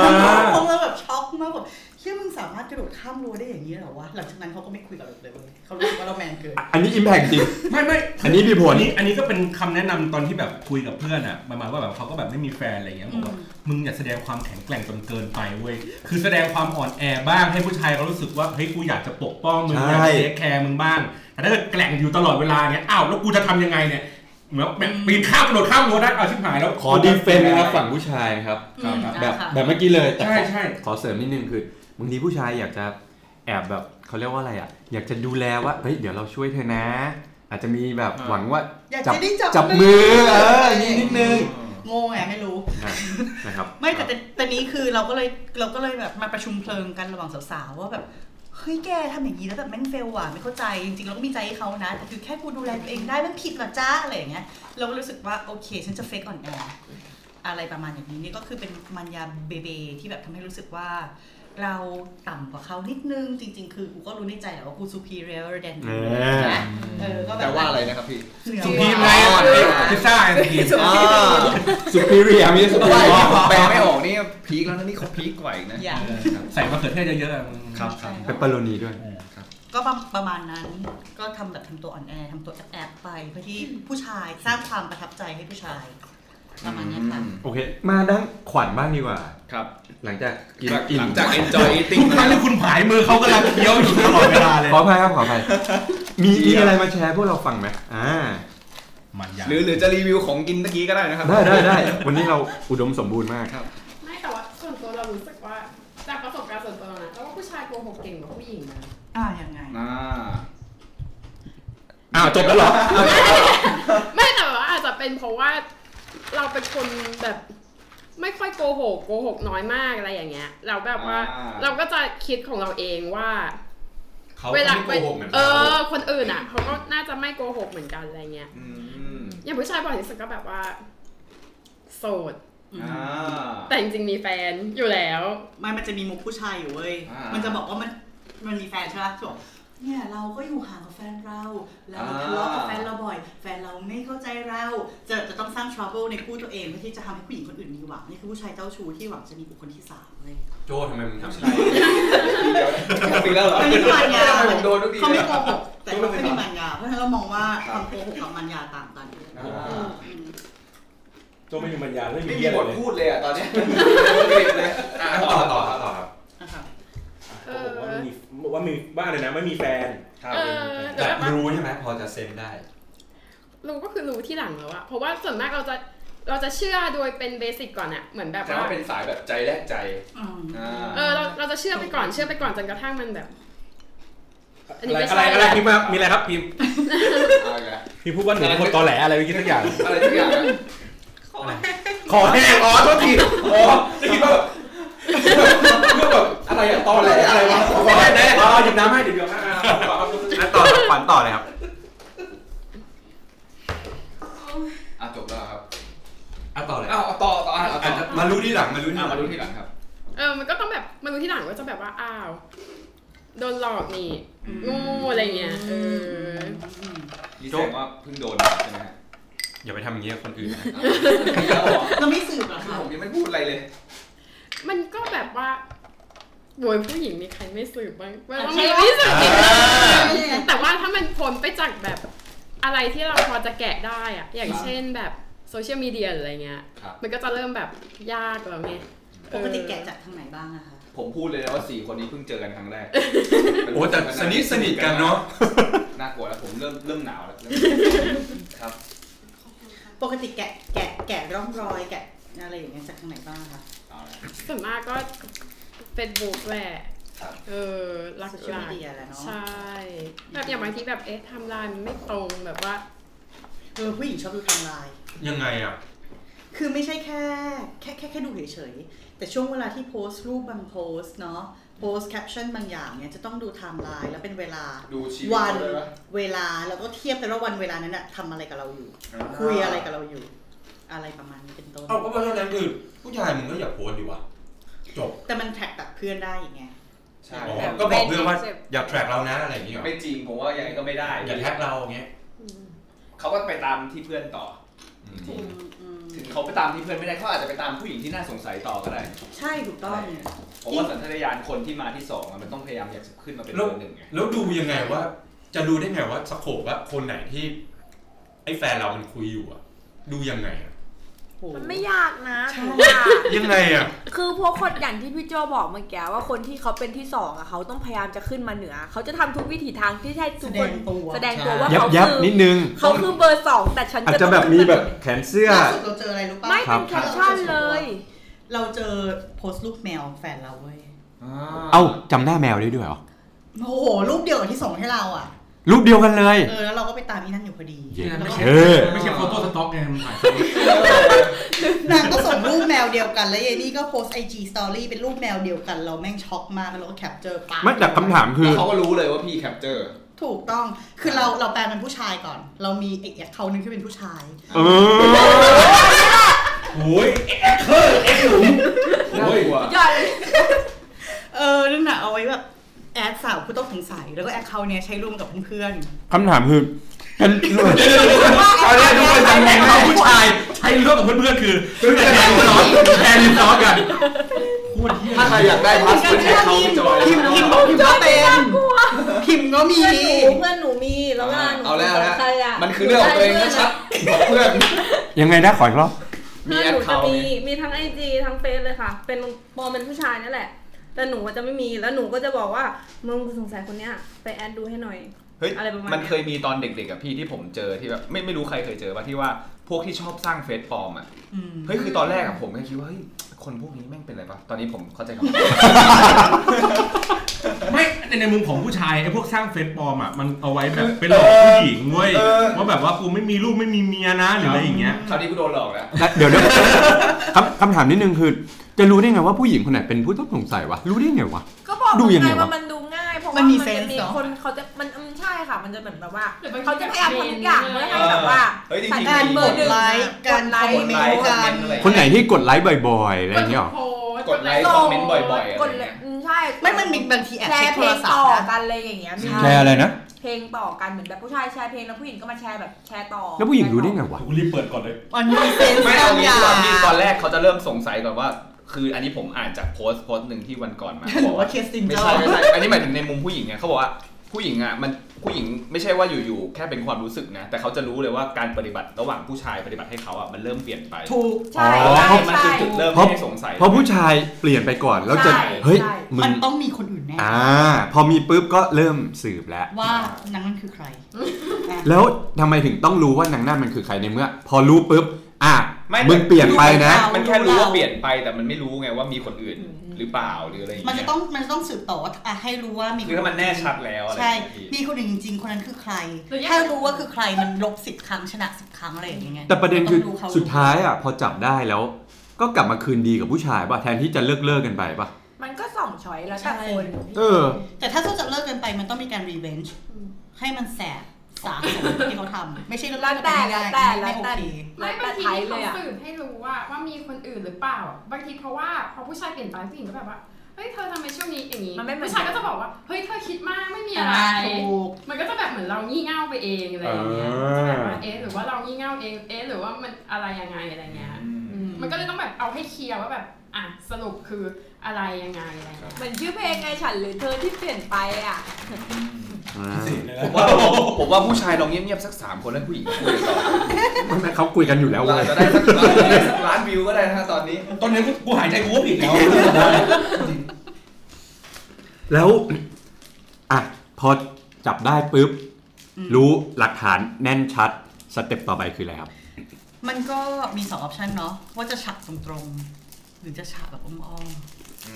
F: เพราะว่าแบบช็อกมากแบบเชื่อมึงสามารถกระโดดข้ามรั้วได้อย่างนี้เหรอวะหลังจากนั้นเขาก็ไม่คุยกับเราอีกเลยเว้ยเขารู้สึกว่าเราแมนเกิน
C: อันนี้อิมแพกจริง
D: ไม่ไม่
C: อันนี้มีผล
D: อันนี้อันนี้ก็เป็นคำแนะนำตอนที่แบบคุยกับเพื่อนอ่ะประมาณว่าแบบเขาก็แบบไม่มีแฟนอะไรเงี้ยบอกว่ามึงอย่าแสดงความแข็งแกร่งจนเกินไปเว้ยคือแสดงความอ่อนแอบ้างให้ผู้ชายเขารู้สึกว่าเฮ้ยกูอยากจะปกป้องมึง
C: ใช่
D: อยากจะเทคแคร์มึงบ้างแต่ถ้าเกิดแกล่งอยู่ตลอดเวลาเนี้ยอ้าวแล้วกูจะทำยังไงเนี่ยเหมือนแบบปีนข้ามกระโดดข้ามรั้วได้เอาชิบหายแล้ว
C: ขอดีเฟนต์นะครับฝั่งผู้ชายครับ
F: อืม
C: แบบ
F: อ่าค่ะ
C: แบบเมื่อกี้เลยแต่
D: ใช่ใช่
C: ขอเสริมนิดนึงคือบางทีผู้ชายอยากจะแอบแบบเขาเรียกว่าอะไรอ่ะ อยากจะดูแลว่าเฮ้ยเดี๋ยวเราช่วยเธอนะ อาจจะมีแบบ
B: อ่า
C: หวังว่า
F: อยาก
C: จั
F: จะได้จับ
C: จับมือเอออย่างนี้นิดนึง
F: โงงไงไม่รู้
C: นะนะครับ
F: ไม่แต่แต่แต่นี้คือเราก็เลยเราก็เลยแบบมาประชุมเพลิงกันระหว่างสาวๆว่าแบบเฮ้ยแกทำอย่างนี้แล้วแบบแม่งเฟลว่ะไม่เข้าใจจริงๆเราก็มีใจให้เขานะแต่คือแค่กูดูแลตัวเองได้มันผิดเหรอจ้าอะไรอย่างเงี้ยเราก็รู้สึกว่าโอเค ฉันจะเฟกอ่อนแออะไรประมาณอย่างนี้นี่ก็คือเป็นมันยาเบเบที่แบบทำให้รู้สึกว่า เราต่ำกว่าเขานิดนึงจริง ๆ คือกูก็รู้ในใจแหละว่ากู superior than you
C: แหม
F: นะเออก็แบ
B: แต่
F: บ
B: ว่าอะไรนะครับพี่
F: เหนือ
D: สุ
F: ก
D: พี
F: ว่า
D: มไง
B: อ่อนอ่อน
D: พิซซ่าไงสุพีม
C: อ่า superior ไม่ใช่
B: แปล
C: superior
B: ไม่ออกนี่พีคแล้วนะนี่เขาพีคกว่าอีกนะ
F: อย่าง
B: เออครับ
D: ใส่มะเขือเทศเยอะๆอะมึง
B: ครับ
C: เปปเปอโรนีด้วย
F: ก็ประประมาณนั้น ก็ทำแบบทำตัวอ่อนแอทำตัวแอบๆไปเพื่อที่ผู้ชายสร้างความประทับใจให้ผู้ชาย ประมาณเนี้ยค่ะ
B: อืม
C: โอเค มาด้านขวัญบ้างดีกว่า
B: ครับ
C: หลังจากกิน
B: หลังจาก enjoy eating
D: ทุกครั้งที่คุณผายมือเขากำลังเคี้ยวอยู่ตลอดเวลาเลย
C: ขออภัยครับขออภัยมีมีอะไรมาแชร์พวกเราฟังไหมอ่า
D: มันยา
B: หรือหรือจะรีวิวของกินตะกี้ก็ได้นะครับ
C: ได้ได้ได้วันนี้เราอุดมสมบูรณ์มาก
H: ไม่แต่ว่าส่วนตัวเรารู้สึกว่าจากประสบการณ์ส่วนตัวเรานะเราว่าผู้ชายโกหกเก่งกว่าผู้หญิงนะ
F: อ่าอย่างไง
B: อ่า
C: อ้าวจบแล้วเหรอ
H: ไม่แต่ว่าอาจจะเป็นเพราะว่าเราเป็นคนแบบไม่ค่อยโกหกโกหกน้อยมากอะไรอย่างเงี้ยเราแบบว่า
B: อ่า
H: เราก็จะคิดของเราเองว่า
D: เขา
H: เวลา
D: ไม่โกหกเหมือน
H: เอ
D: เรา
H: อ คนอื่นอ่ะเขาก็น่าจะไม่โกหกเหมือนกันอะไรเงี้ย
B: อืม
H: อย่างผู้ชายบ่อยที่สุดก็แบบว่า โสด
B: อ่า
H: แต่จริงๆมีแฟนอยู่แล้ว
F: ไม่มันจะมีมุกผู้ชายอยู่เว้ย
B: อ่ามั
F: มันจะบอกว่ามันมันมีแฟนใช่ปะบอกเนี่ยเราก็อยู่ห่างกับแฟนเรา แล้วเราทะเลาะกับ
B: อ่า
F: แฟนเราบ่อย แฟนเราไม่เข้าใจเรา จะจะต้องสร้าง trouble ในคู่ตัวเองเพื่อที่จะทำให้ผู้หญิงคนอื่นมีหวังนี่คือผู้ชายเจ้าชู้ที่หวังจะมีบุคคลที่สามเลย
C: โจทำไมมึงทำ
B: เดี๋ยวจบอีกแล้วเหรอ
F: ไม่มีปัญญา
B: ผมโดนทุกที
F: เขา
B: เล
F: ไม่
B: ย
F: โกหกแต่เขาไม่มีปัญญาเพราะฉะนั้นเรามองว่าความโกหกกับปัญญาต่างกัน
B: อ่า
F: อืม
D: โจไม่มีมันยาไม่มี
B: ไม่มี
D: เยี่ย
B: บท
D: เลย
B: พูดเลยอ่ะต อนเนี้ยไม่มีบทเลยอ่ะต่อต่อต่อ
F: นะครับ
H: เออ
D: ว่ามีว่ามีบ้าเลยนะไม่มีแฟน
B: ครับ
H: เออแต่แบบว่า
C: รู้ใช่ไหมพอจะเซ็นได้
H: รู้ก็คือรู้ที่หลังแล้วอะเพราะว่าส่วนมากเราจะเราจะเชื่อโดยเป็นเบสิกก่อนอะเหมือนแบบ
B: แต่
H: ว่า
B: ว่าเป็นสายแบบใจแลกใจ
F: อืม
B: อ่า
H: เออเราเราจะเชื่อไปก่อนเชื่อไปก่อนจนกระทั่งมันแบบ อันนี้ไม่
I: อะไร
H: ใช่
I: อะไรพิมพ์มามีอะไรครับพิมพ์
B: เอาอีกแล้ว
I: พิมพ์พูดว่าหนูเป็นคนตอแหลอะไรเมื่อกี้ทุกอย่าง
B: อะไรทุกอย่างอะ
I: ขอแห้งอ๋อโทษที
B: อ๋อได้คิดว่าแบบเรื่องแบบอะไรอะตอนแหลอะไรวะ
I: ขอแห้งได้อ๋อหยิบน้ำให้เดี๋ยวเดี๋ยวนะ
C: อ่ะต่อขวัญต่อเลยครับ
B: อ่ะจบแล้วครับ
I: อ่ะต่อเลย
B: อ้าวเอาต่อต่ออ่ะเอาต่อ
C: มารู้ที่หลังมารู้ที่ห
B: อ่ะ
C: ลัง
B: มาดูที่หลังครับ
H: เออมันก็ต้องแบบมันรู้ที่หลังว่าจะแบบว่าอ้าว โดนหลอกนี่โงูอะไรเงี้ยเออ
B: นี่แสดงว่าเพิ่งโดนใช่ไหมฮะ
I: อย่าไปทำอย่างนี้กับคนอื่นนะ
B: แล้วเหรอ
F: เราไม่สืบเหรอ
B: คือ
F: คะ
B: ผมยังไม่พูดอะไรเลย
H: มันก็แบบว่าโวยผู้หญิงมีใครไม่สืบบ้างมันต้องมีไม่สืบจริงๆ แต่ว่าถ้ามันพ้นไปจากแบบอะไรที่เราพอจะแกะได้อะอย่างเช่นแบบโซเชียลมีเดียหรืออะไรเงี้ย
B: ครับ
H: มันก็จะเริ่มแบบยากแล้วไง
F: ปกติแกะจากทางไหนบ้างอะคะ
B: ผมพูดเลยนะว่าสี่คนนี้เพิ่งเจอกันครั้งแรก
C: โอ้แต่สนิทสนิทกันเนอะ
B: น่ากลัวแล้วผมเริ่มเริ่มหนาวแล้วครับ
F: ปกติแกะแกะแกะร่องรอยแกะอะไรอย่างเงี้ยจากทางไหนบ้างคะ
B: เอาละ
H: ส่วนมากก็เป็นบุกแหละ
B: ครับ
H: เออหลักๆ
F: Social media แหละเนอะ
H: ใช่แบบอย่างบางทีแบบเอ๊ะไทำลายมันไม่ตรงแบบว่า
F: เออผู้หญิงชอบดูไทม์ไลน์
C: ยังไงอ่ะ
F: คือไม่ใช่แค่แค่แค่แค่ดูเฉยๆ แต่ช่วงเวลาที่โพสต์รูปบางโพสต์เนาะ โพสต์แคปชั่นบางอย่างเนี่ยจะต้องดูไทม์ไลน์แล้วเป็นเวลา
B: ดูชีวิต
F: วัน
B: เลยวะ
F: เวลาแล้วก็เทียบกันว่าวันเวลานั้นอะทำอะไรกับเราอยู่
B: อ่า
F: คุยอะไรกับเราอยู่ อะไรประมาณนี้เป็นต้น
C: เอาก็เพราะฉะนั้นคือผู้ชายมึงก็อย่าโพสต์ดีวะจบ
F: แต่มันแท็กแบบเพื่อนได้อย่างไง
B: ใช่
C: อ๋อก็บอกเพื่อนว่าอย่าแทร็กเรานะอะไรอย่างเงี้ย
B: ไม่จริงผมว่ายังไงก็ไม่ได้
C: อย่าแท็กเราอย่างเงี้ย
B: เขาก็ไปตามที่เพื่อนต่อ
C: อื
F: อื
C: ม
F: มอืม
B: ถึงเขาไปตามที่เพื่อนไม่ได้เขาอาจจะไปตามผู้หญิงที่น่าสงสัยต่อก็ได้
F: ใช่ถูกต้อง
B: เพราะว่าสัญชาตญาณคนที่มาที่สองอะมันต้องพยายามอยากจะขึ้นมาเป็นเบอร์หนึ่งไง
C: แล้วดูยังไงว่า จะดูได้ไงว่าสโคบว่าคนไหนที่ ไอ้แฟนเรามันคุยอยู่อ่ะ ดูยังไงอะ
J: มันไม่ยากนะ
F: ใช่
J: หนูว่า
C: ยังไงอ่ะ
J: คือพวกคนอย่างที่พี่โจบอกเมื่อกี้ว่าคนที่เขาเป็นที่สองอะเขาต้องพยายามจะขึ้นมาเหนือ เขาจะทำทุกวิถีทางที่ให้ทุ
F: แส
J: ก
F: ด
J: คน
F: งตัว
J: แสดงตัวว่า
C: ยับ
J: เขา
C: ยับ
J: คือ
C: นิดนึง
J: เขาคือเบอร์สองแต่ฉัน
C: อาจ
J: ต้
C: จะ
J: ง
C: แบบมีแบบแขนเสื้อ
F: ล่าสุดเราเจออะไรรู้ป่ะ
J: ไม่เป็น
C: ค
J: แครับ ปชั่นเลย
F: เราเจอโพสต์รูปแมวแฟนเราเว้ย
C: เอ้าจำหน้าแมวได้ด้วยเหรอ
F: โอ้โห รูปเดียวกับที่ส่งให้เราอ่ะ
C: รูปเดียวกันเลย
F: เออ แล้วเราก็ไปตามอีนั่นอยู่พอดี
C: เย้
F: แล้วก็
C: เออ
D: ไม่ใช่โฟโต้สต็อกไงมันถ่าย
F: นางก็ส่งรูปแมวเดียวกัน แล้วเยนี่ก็โพสไอจีสตอรี่เป็นรูปแมวเดียวกัน เราแม่งช็อกมากแล้วเราก็แคปเจอปาก
C: ไม่แต่คำถามคือ
B: แล้วเขาก็รู้เลยว่าพี่แคปเจอร์
F: ถูกต้อง คือเราเราแปลงเป็นผู้ชายก่อน เรามีเอกเขาหนึงที่เป็นผู้ชาย
C: เออ
I: โอ้ย
B: โอ้ยว่ะ
F: เออ นั่นน่ะเอาไว้แบบแอดสาวผู้ต้องสงสัย แล้วก็แอคเคาท์เนี้ยใช้ร่วมกับเพื่อน
C: คำถามคือเป็น
I: ตอนแรกทุกคนจำแหน่งของผู้ชายใช้ร่วมกับเพื่อนๆคือแต่แทนซอสแทนซอสกัน
B: ถ้าใครอยากได้พาสปอร์ตแท็กเขาพี่จอย
F: ๆพิมพ์พิมพ์พิมพ์ก็เป็นพิมพ์ก็มี
J: เพื่อนหนูเพื่อนหนูมีแล้วเวลาหนู
B: เอาแล้วเอาแล้ว
J: ใครอะ
B: มันคือเรื่องของตัวเองนะชัดบอกเพื่อน
C: ยังไงนะขออีกรอบ
J: เพื่อนหนูจะ
B: มีแอคเคาท์
J: มีมีทั้งไอจีทั้งเฟซเลยค่ะ เป็นปลอมเป็นผู้ชายนั่นแหละ แต่หนูอะจะไม่มีแล้วหนูก็จะบอกว่ามึงสงสัยคนเนี้ยไปแอดดูให้หน่อย
B: เฮ้ย
J: อะไรประมาณเนี้ย
B: มันเคยมีตอนเด็กๆกับพี่ที่ผมเจอที่แบบไม่ไม่รู้ใครเคยเจอป่ะที่ว่าพวกที่ชอบสร้างเฟซปลอมอ่ะ
F: อืม
B: เฮ้ยคือตอนแรกอะผมก็คิดว่าเฮ้ยคนพวกนี้แม่งเป็นอะไรปะตอนนี้ผมเข้าใจคำนี้
D: ไม่ในในมุมของผู้ชายไอ้พวกสร้างเฟซปลอมอ่ะมันเอาไว้แบบไปหลอกผู้หญิงเว้ย
B: เออ
D: ว่าแบบว่ากูไม่มีลูกไม่มีเมียนะหรืออะไรอย่างเงี้ย
B: คราวนี้กูโดนหลอกแล้ว
C: เดี๋ยวเดี๋ยวคำคำถามนิดนึงคือ จะรู้ได้ไงว่าผู้หญิงคนไหนเป็นผู้ต้องสงสัยวะ รู้ได้ไงวะ
J: ก็บอก
C: ดูยังไงวะ
J: ว่ามันดูง่ายเพราะ
F: มั
J: ว่าน
F: มี
J: มันจะ
F: sense
J: มี
F: เนอะ
J: คนเขาจะมันอืมใช่ค่ะ มันจะเหมือนแบบว่า
H: หรือบางที
J: เขาจะพยายามทำทุกอย่าง
H: แบบ
J: เพื่อให้
H: เมนต์
J: แบบว่า
B: เฮ้ยจริง
J: สาย
B: ๆ
J: การเบอร์หนึ่ง
F: ไลค์การไลค์เม
B: ไล
F: ล
B: ค์คอม
F: กั
B: เม
F: น
B: นต์อะไร
C: คนไหนที่กดไลค์บ่อยๆอะไรอย่างเงี้ยหรอ
H: โพสต์
B: กดไลค์คอมเมนต์บ่อยๆอะ
J: ก
B: ไร
J: ดเล
B: เงี้
J: ย
B: ย
J: อืมใช่
F: ไม่มันมีบางทีแอบ
J: แช
F: เช็ค
J: ร์
F: โท
J: เพล
F: รง ศัพ
J: ต่อ
F: ท์นะ
J: กันอะไรอย่างเงี้ยมี
C: แชร์อะไรนะ
J: เพลงต่อกันเหมือนแบบผู้ชายแชร์เพลงแล้วผู้หญิงก็มาแชร์แบบแชร์ต่อ
C: แล้วผู้หญิงรู้ได้ไงวะ
I: กูรีบเปิดก่อนเลย
F: มันมีเซนส์
B: ไม่
F: บา
B: เอา
F: งอ
B: งี้
F: ย่า
B: ก่อนที่ตอง นแรกเขาจะเริ่มสงสัยก่อนว่า คืออันนี้ผมอ่านจากโพสต์โพสต์หนึ่งที่วันก่อนมา
F: ห
B: บ
F: นู
B: อก
F: ว่า
B: ว่า
F: เคสติง
B: ไม่
F: เจ้า
B: ใช่ไม่ใช่อันนี้หมายถึงในมุมผู้หญิงไงเขาบอกว่าผู้หญิงอ่ะมันผู้หญิงไม่ใช่ว่าอยู่ๆแค่เป็นความรู้สึกนะ แต่เขาจะรู้เลยว่าการปฏิบัติระหว่างผู้ชายปฏิบัติให้เขาอ่ะมันเริ่มเปลี่ยนไป
F: ถูก
J: ใช่
C: อ๋อ
J: ใช่
B: มัน
J: ใช่
B: คือจุดเริ่มที่ให้สงสัย
C: เพราะผู้ชายเปลี่ยนไปก่อนแล้วจะ
J: ใช่
C: เฮ้ย
J: ใช่
C: มึ
F: มั
C: ง
F: นต้องมีคนอื่นแน่
C: อ่า พอมีปุ๊บก็เริ่มสืบแล้ว
F: ว่านางนั่นคือใคร
C: แล้วทำไมถึงต้องรู้ว่านางนั่นมันคือใครในเมื่อ พอรู้ปุ๊บ อ่ะ
B: ไม่แต่
C: มึงเปลี่ยนไปนะ
F: เอามั
B: มันแค่รู้ว่าเปลี่ยนไปแต่มันไม่รู้ไงว่ามีคนอื่นหรือเปล่าหรืออะไรอย่าง
F: มัน
B: เงี้
F: จะ
B: ย
F: ต้องมันจะต้องสืบต่อว่าอ่ะให้รู้ว่ามี
B: คือถ้ามันแน่ชัดแล้วอะไรอ
F: ใช่
B: ย่างเงี้ยพี่
F: มีคนอื่นจริงๆคนนั้นคือใคร
E: หรือยัง
F: ถ้ารู้ว่าคือใครมันลบสิบครั้งชนะสิบครั้งอะไรอย่างเงี้ย
C: แต่ประเด็นคือ
F: ต้งข
C: สุดท้ายอ่ะพอจับได้แล้ว ก็กลับมาคืนดีกับผู้ชายป่ะแทนที่จะเลิกเลิกกันไปป่ะ
G: มันก็สองช้อยแล้วแต่คน
C: เออ
F: แต่ถ้าสู้จะเลิกกันไปมันต้องมีการรีเวนจ์ให้มันแสบสาสมที่เขาทำไม่ใช่เลิกกันไป
G: แล้วแต่
F: ง่ายๆ
G: แล้ว
F: ไม่
G: แต่
F: โอเค
H: ไม่
G: แต่
H: บางที
G: ไทยเล
H: เขา
G: ยอะ
H: สืบให้รู้ว่าว่ามีคนอื่นหรือเปล่าอะบางทีเพราะว่าพอผู้ชายเปลี่ยนไปผู้หญิงก็แบบว่าเฮ้ยเธอทำไมช่วงนี้อย่างนี้
G: มันไม่เหมือน
H: ผู้ชายก็จะบอกว่าเฮ้ยเธอคิดมากไม่มีอะไร
F: อ่าถูก
H: มันก็จะแบบเหมือนเรางี่เง่าไปเองอะไรอย่างเงี้ย
C: อ่า
H: ก็จะแบบว่าเอ๊ะหรือว่าเรางี่เง่าเองเอ๊ะหรือว่ามันอะไรยังไงอะไรเงี้ย
B: อืม
H: อืมมันก็เลยต้องแบบเอาให้เคลียร์ว่าแบบอ่ะสรุปคืออะไรยังไงอะไรเงี้ย
G: เหมือนชื่อเพลงไงฉันหรือเธอที่เปลี่ยนไปอ่ะ
C: อ่า
B: ผมว่าผมว่าผู้ชายลองเงียบๆสักสามคนแล้วผู้หญิงคุยต่อ
C: เขาคุยกันอยู่แล้ว
B: เรา
C: เว้
B: อาจ
C: ย
B: จะได้สักเราอาจจะได้สักล้านวิวก็ได้นะฮะตอนนี้
I: ตอนนี้กูหายใจกูก็ผิดแล้ว
C: แล้ว อ่ะ พอจับได้ปุ๊บ รู้หลักฐานแน่นชัด สเต็ปต่อไปคืออะไรครับ
F: มันก็มีสองออปชันเนาะว่าจะฉากตรงๆ หรือจะฉากแบบอ้อม
B: อื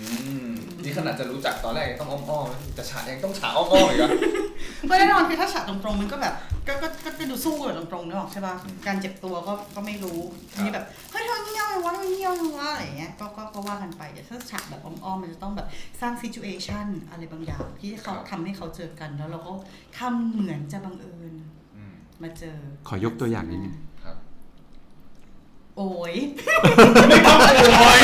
B: มนี่ขนาดจะรู้จักตอนแรกยังต้องอ้อมๆแต่ฉายังต้องฉาอ้อมๆอีกเหรอ
F: ๆก็แน่นอนคือถ้าฉากตรงๆมันก็แบบก็ก็ก็จะดูสู้กับตรงๆนึกออกใช่ป่ะการเจ็บตัวก็ก็ไม่รู้
B: ครับ
F: อันนี้แบบเฮ้ยเธอเงี้ยวเลยวะเธอเงี้ยวเลยวะอะไรอย่างเงี้ยก็ก็ก็ว่ากันไปแต่ถ้าฉากแบบอ้อมๆมันจะต้องแบบสร้างซีจูเอชันอะไรบางอย่างที่เขาทำให้เขาเจอกันแล้วเราก็ทำเหมือนจะบังเอิญ
B: อืม
F: มาเจอ
C: ขอยกตัวอย่างนิดนึง
B: ครับ
F: โอ้ย
C: ไม่ต้องโอย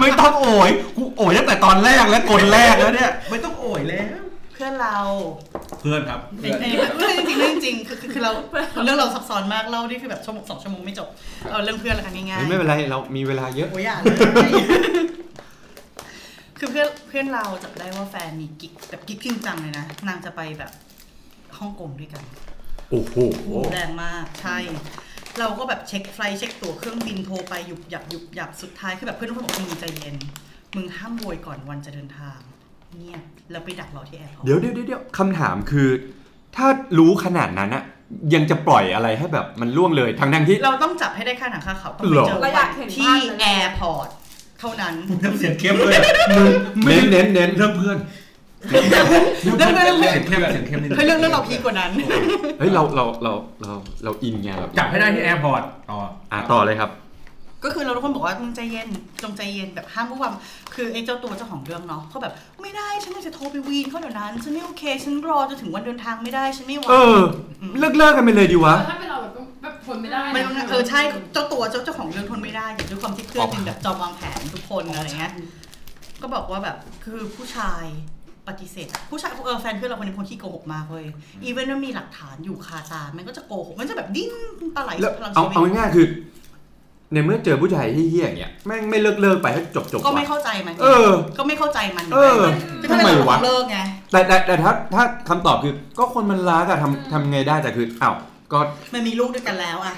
C: ไม่ต้องโอยกูโอยตั้งแต่ตอนแรกและกดแรกแล้วเนี่ย
D: ไม่ต้องโอยแล้ว
F: เพื่อนเรา
D: เพื่อนครับ
B: เพื่
F: เรื่
B: อ
F: อน งจริงเรื่องจริงคือคือคือเราเรื่องเราซับซ้อนมากเล่านี่คือแบบชั่วโมงสองชั่วโมงไม่จบเอาเรื่องเพื่อนละกันง่าย
C: เฮ้ย
F: ๆ
C: ไม่เป็นไร เรามีเวลาเยอะ
F: โอ้ยอย่าเลย คือเพื่อนเพื่อนเราจับได้ว่าแฟนมีกิ๊กแบบกิ๊กจริงจังเลยนะ นางจะไปแบบฮ่องกงด้วยกัน
C: โอ้โห
F: แรงมากใช่ เราก็แบบเช็คไฟล์เช็คตั๋วเครื่องบินโทรไปหยุบหยับหยุบหยับสุดท้ายคือแบบเพื่อนทุกคนบอกมึงใจเย็น มึงห้ามโวยก่อนวันจะเดินทางเงียบแล้วไปดักรอที่แอร์พอร์ต
C: เดี๋ยวเดี๋ยวเดยวเดี๋ยวคำถามคือ ถ้ารู้ขนาดนั้นอะยังจะปล่อยอะไรให้แบบมันล่วงเลยทั้งทั้งๆที่
F: เราต้องจับให้ได้ค่าหนังค่าเขาต้องไป
C: หรอ
F: เจอ
G: เราอยากเห็น
F: ที่
G: ภาพนั้น
F: แอร์พอร์ตเท่านั้น
D: ผมทำเสียงเข้มเลย
C: เน้นเน้นเน้น
D: เรื่องเพื่อน
F: เรื่องเพื่อนเรื่องเพื่อน
D: เสียงเข้มเสียงเข้มนิดนึ
F: เฮ้ยเรื่องเรื่องเราพีคกว่านั้น
C: เฮ้ยเราเราเราเราเราอินไงเรา
D: จับให้ได้ที่แอร์พอร์ตต่อ
C: อ่ะต่อเลยครับ
F: ก็คือเราทุกคนบอกว่ามึงใจเย็นจงใจเย็นแบบห้ามผู้ความคือไอ้เจ้าตัวเจ้าของเรื่องเนาะเขาแบบไม่ได้ฉันอยากจะโทรไปวีนเขาเดี๋ยวนั้นฉันไม่โอเค ฉันรอจนถึงวันเดินทางไม่ได้ฉันไม่ไหว
C: เออ เลิกเลิกกันไปเลยดีวะ
H: แต่ถ้าเป็นเราแบบก็แบบทนไม่ได้นะ
F: มันเออใช่เจ้าตัวเจ้าเจ้าของเรื่องทนไม่ได้อย่างด้วยความที่เพื่อนเป็นแบบจอมวางแผนทุกคนอะไรเงี้ยก็บอกว่าแบบคือผู้ชายปฏิเสธอะผู้ชายเออแฟนเพื่อนเราคนนี้เป็นคนที่โกหกมากเลยอีเวนต์ว่ามีหลักฐานอยู่คาตา มันก็จะโกหกมันจะแบบดิ้นปลาไหล
C: แล้ว
F: พลัง
C: เอา
F: ชีวิต
C: เอาง่ายๆคือ ในเมื่อเจอผู้ชายที่เฮี้ยอย่างเงี้ยแม่งไม่เลิกเลิกไปให้จบจบ
F: ก็
C: วะ
F: ไม่เข้าใจมันไง
C: เออ
F: ก็ไม่เข้าใจมัน
C: เออ
F: ก็เลย
C: ทำไม
F: เราบ
C: วะ
F: อกเลิกไง
C: แต่แต่แต่ถ้าถ้าคำตอบคือ ก็คนมันรักอะทำทำไงได้แต่คืออ้าวก็
F: มันมีลูกด้วยกันแล้วอะ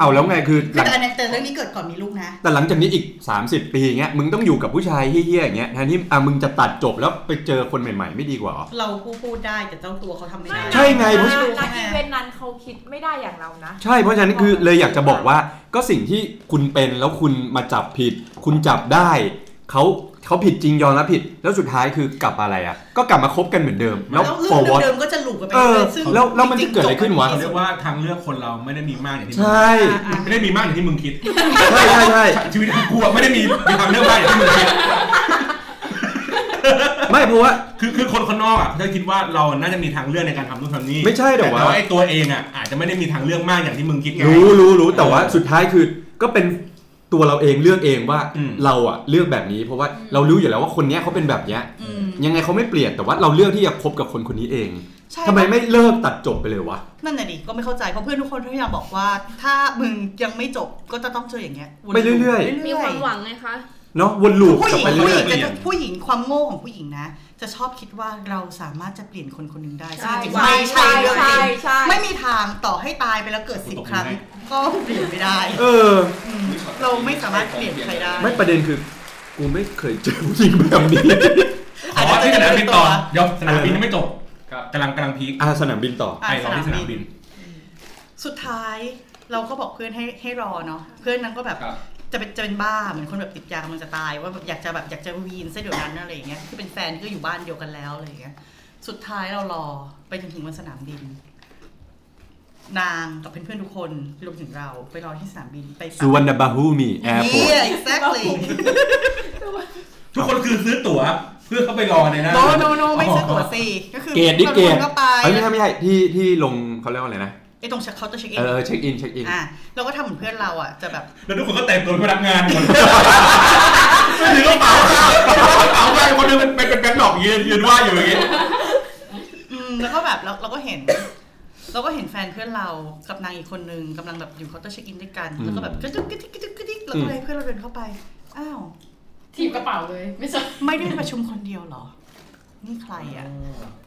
C: เอาแล้วไงคือห
F: แต่
C: ลัง
F: อันนี้แต่เรื่องนี้เกิดก่อนมีลูกนะ
C: แต่หลังจากนี้อีก 30 ปีเงี้ยมึงต้องอยู่กับผู้ชายเฮี้ยๆอย่างเงี้ยแทนที่อ่ะมึงจะตัดจบแล้วไปเจอคนใหม่ๆ ไม่ดีกว่าเหรอ
F: เราพูดพูดได้แต่เจ้าตัวเขาทำไม่ได้
C: ใช่ไงเพราะ
G: ณอีเวนต์นั้นเขาคิดไม่ได้อย่างเรานะ
C: ใช่เพราะฉะนั้นคือเลยอยากจะบอกว่าก็สิ่งที่คุณเป็นแล้วคุณมาจับผิด คุณจับได้เขาเขาผิดจริงยอมรับผิด แล้วสุดท้ายคือกลับมาอะไรอ่ะ ก็กลับมาคบกันเหมือนเดิม แล้ว
F: แล้วเรื่
C: forward
F: องเดิมๆก็จะหลุดกันไป
C: เออ
F: เรื่อยๆซึ่ง
C: แล้วแล้วมันจะเกิดอะไรขึ้นวะ
D: เขาเรียกว่าทางเลือกคนเราไม่ได้มีมากอย่างที่มึง
C: ใช่
D: มันไม่ได้มีมากอย่างที่มึงคิด
C: ใช่ใช่ใช่
D: ชีวิตของกูอะไม่ได้มี มีทางเลือกมากอย่างที่มึงคิด
C: ไม่เพราะว่า
D: คือคือคนคนนอกอ่ะเขาจะคิดว่าเราน่าจะมีทางเลือกในการทำนู่นทำนี่
C: ไม่ใช่แต่ว่า
D: แต่ว่าไอ้ตัวเองอ่ะอาจจะไม่ได้มีทางเลือกมากอย่างที่มึงคิดไง
C: รู้รู้รู้แต่ว่าสุดท้ายคือก็เป็นตัวเราเองเลือกเองว่า
D: อืม
C: เราอ่ะเลือกแบบนี้ เพราะว่าเรารู้อยู่แล้วว่าคนเนี้ยเขาเป็นแบบเนี้ย
F: อืม
C: ยังไงเขาไม่เปลี่ยนแต่ว่าเราเลือกที่จะคบกับคนคนนี้เอง
F: ใช่
C: ทำไมไม่เลิกตัดจบไปเลยวะ
F: นั่นน่ะดิก็ไม่เข้าใจเพราะเพื่อนทุกคนพยายามบอกว่า ถ้ามึงยังไม่จบก็จะต้องเจออย่างเงี้ยวน
C: ไปเรื่อยๆ
F: ๆ
E: มีความหวังไงคะ
C: เนาะวนลูป
F: ผู้
C: ก
F: ห
C: ลับ
F: ญิง
C: ไป
F: ผู้
C: เรื่
F: ห
C: อย
F: ญิง
D: เรื่อยๆ
F: จะผู้หญิงความโง่ของผู้หญิงนะ จะชอบคิดว่าเราสามารถจะเปลี่ยนคนคนหนึงได้
G: ใช่
F: จริงๆ
G: ใช่
F: ไม่ใช่เรื่องจริง
G: ใช่ใช่
F: ไม่มีทางต่อให้ตายไปแล้วเกิดสิบครั้ง ก็เปลี่ยนไม่ได้
C: ๆเออ
F: อืมเราไม่สามารถเปลี่ยนใครได้
C: ไม่ประเด็นคือ กูไม่เคยเจอผู้หญิงแบบ นี้
D: ขอที่สนามบินต่อเดี๋ยวสนามบินยังไม่จบ
B: ครับ
D: กำลังกำลังพีค
C: อาสนามบินต่อ
D: ไปรอที่สนามบิน
F: สุดท้าย เราก็บอกเพื่อนให้ให้รอเนาะเพื่อนนั้นก็แบบ
B: ครับ
F: จะเป็นจะเป็นบ้าเหมือนคนแบบติดยากำลังจะตายว่าแบบอยากจะแบบอยากจะวีนซะเดี๋ยวนั้นอะไรอย่างเงี้ยคือเป็นแฟนก็อยู่บ้านเดียวกันแล้วอะไรอย่างเงี้ยสุดท้ายเรารอไปจนถึงวันสนามบิน นางกับเพื่อนๆทุกคนรวมถึงเราไปรอที่สนามบินไป
C: สุวรรณบาฮูมีแอร์พอร์ต
F: เนี่ย exactly
D: ทุกคนคือซื้อตั๋วเพื่อเข้าไปรอในนั้น
F: โนโนโนไม่ซื้อตั๋วสิก็คือ
C: เกตดิเกต
F: ราก็ไป
C: เอ้ยไม่ใช่ไม่ใช่ที่ที่ลงเขาเรียกว่าอะไรนะ
F: ไอ้ตรงเช็คเคาน์เตอร์เช็คอิ
C: เอน อเช็คอินเช็คอิน
F: อ่ะเราก็ทำเหมือนเพื่อนเราอ่ะจะแบบ
D: แล้วทุกคนก็แต่งตัวเป็นพนักงานหมดไม่ถือกระเป๋า
I: เป๋าไปคนนึงเป็นเป็นแบงค์ดอกยืนยืนว่าอยู่อย่างงี้
F: อืมแล้วก็แบบเราเราก็เห็น เราก็เห็นแฟนเพื่อนเรากับนางอีกคนนึงกำลังแบบอยู่เคาน์เตอร์เช็คอินด้วยกัน
C: อืม
F: แล้วก็แบบกระดุกกระดิกกระดุกกระดิกแล้วก็เลยเพื่อนเราเดินเข้าไปอ้าว
H: ทีมกระเป๋าเลยไม่ใช่
F: ไม่ได้ประชุมคนเดียวเหรอ นี่ใครอ่ะ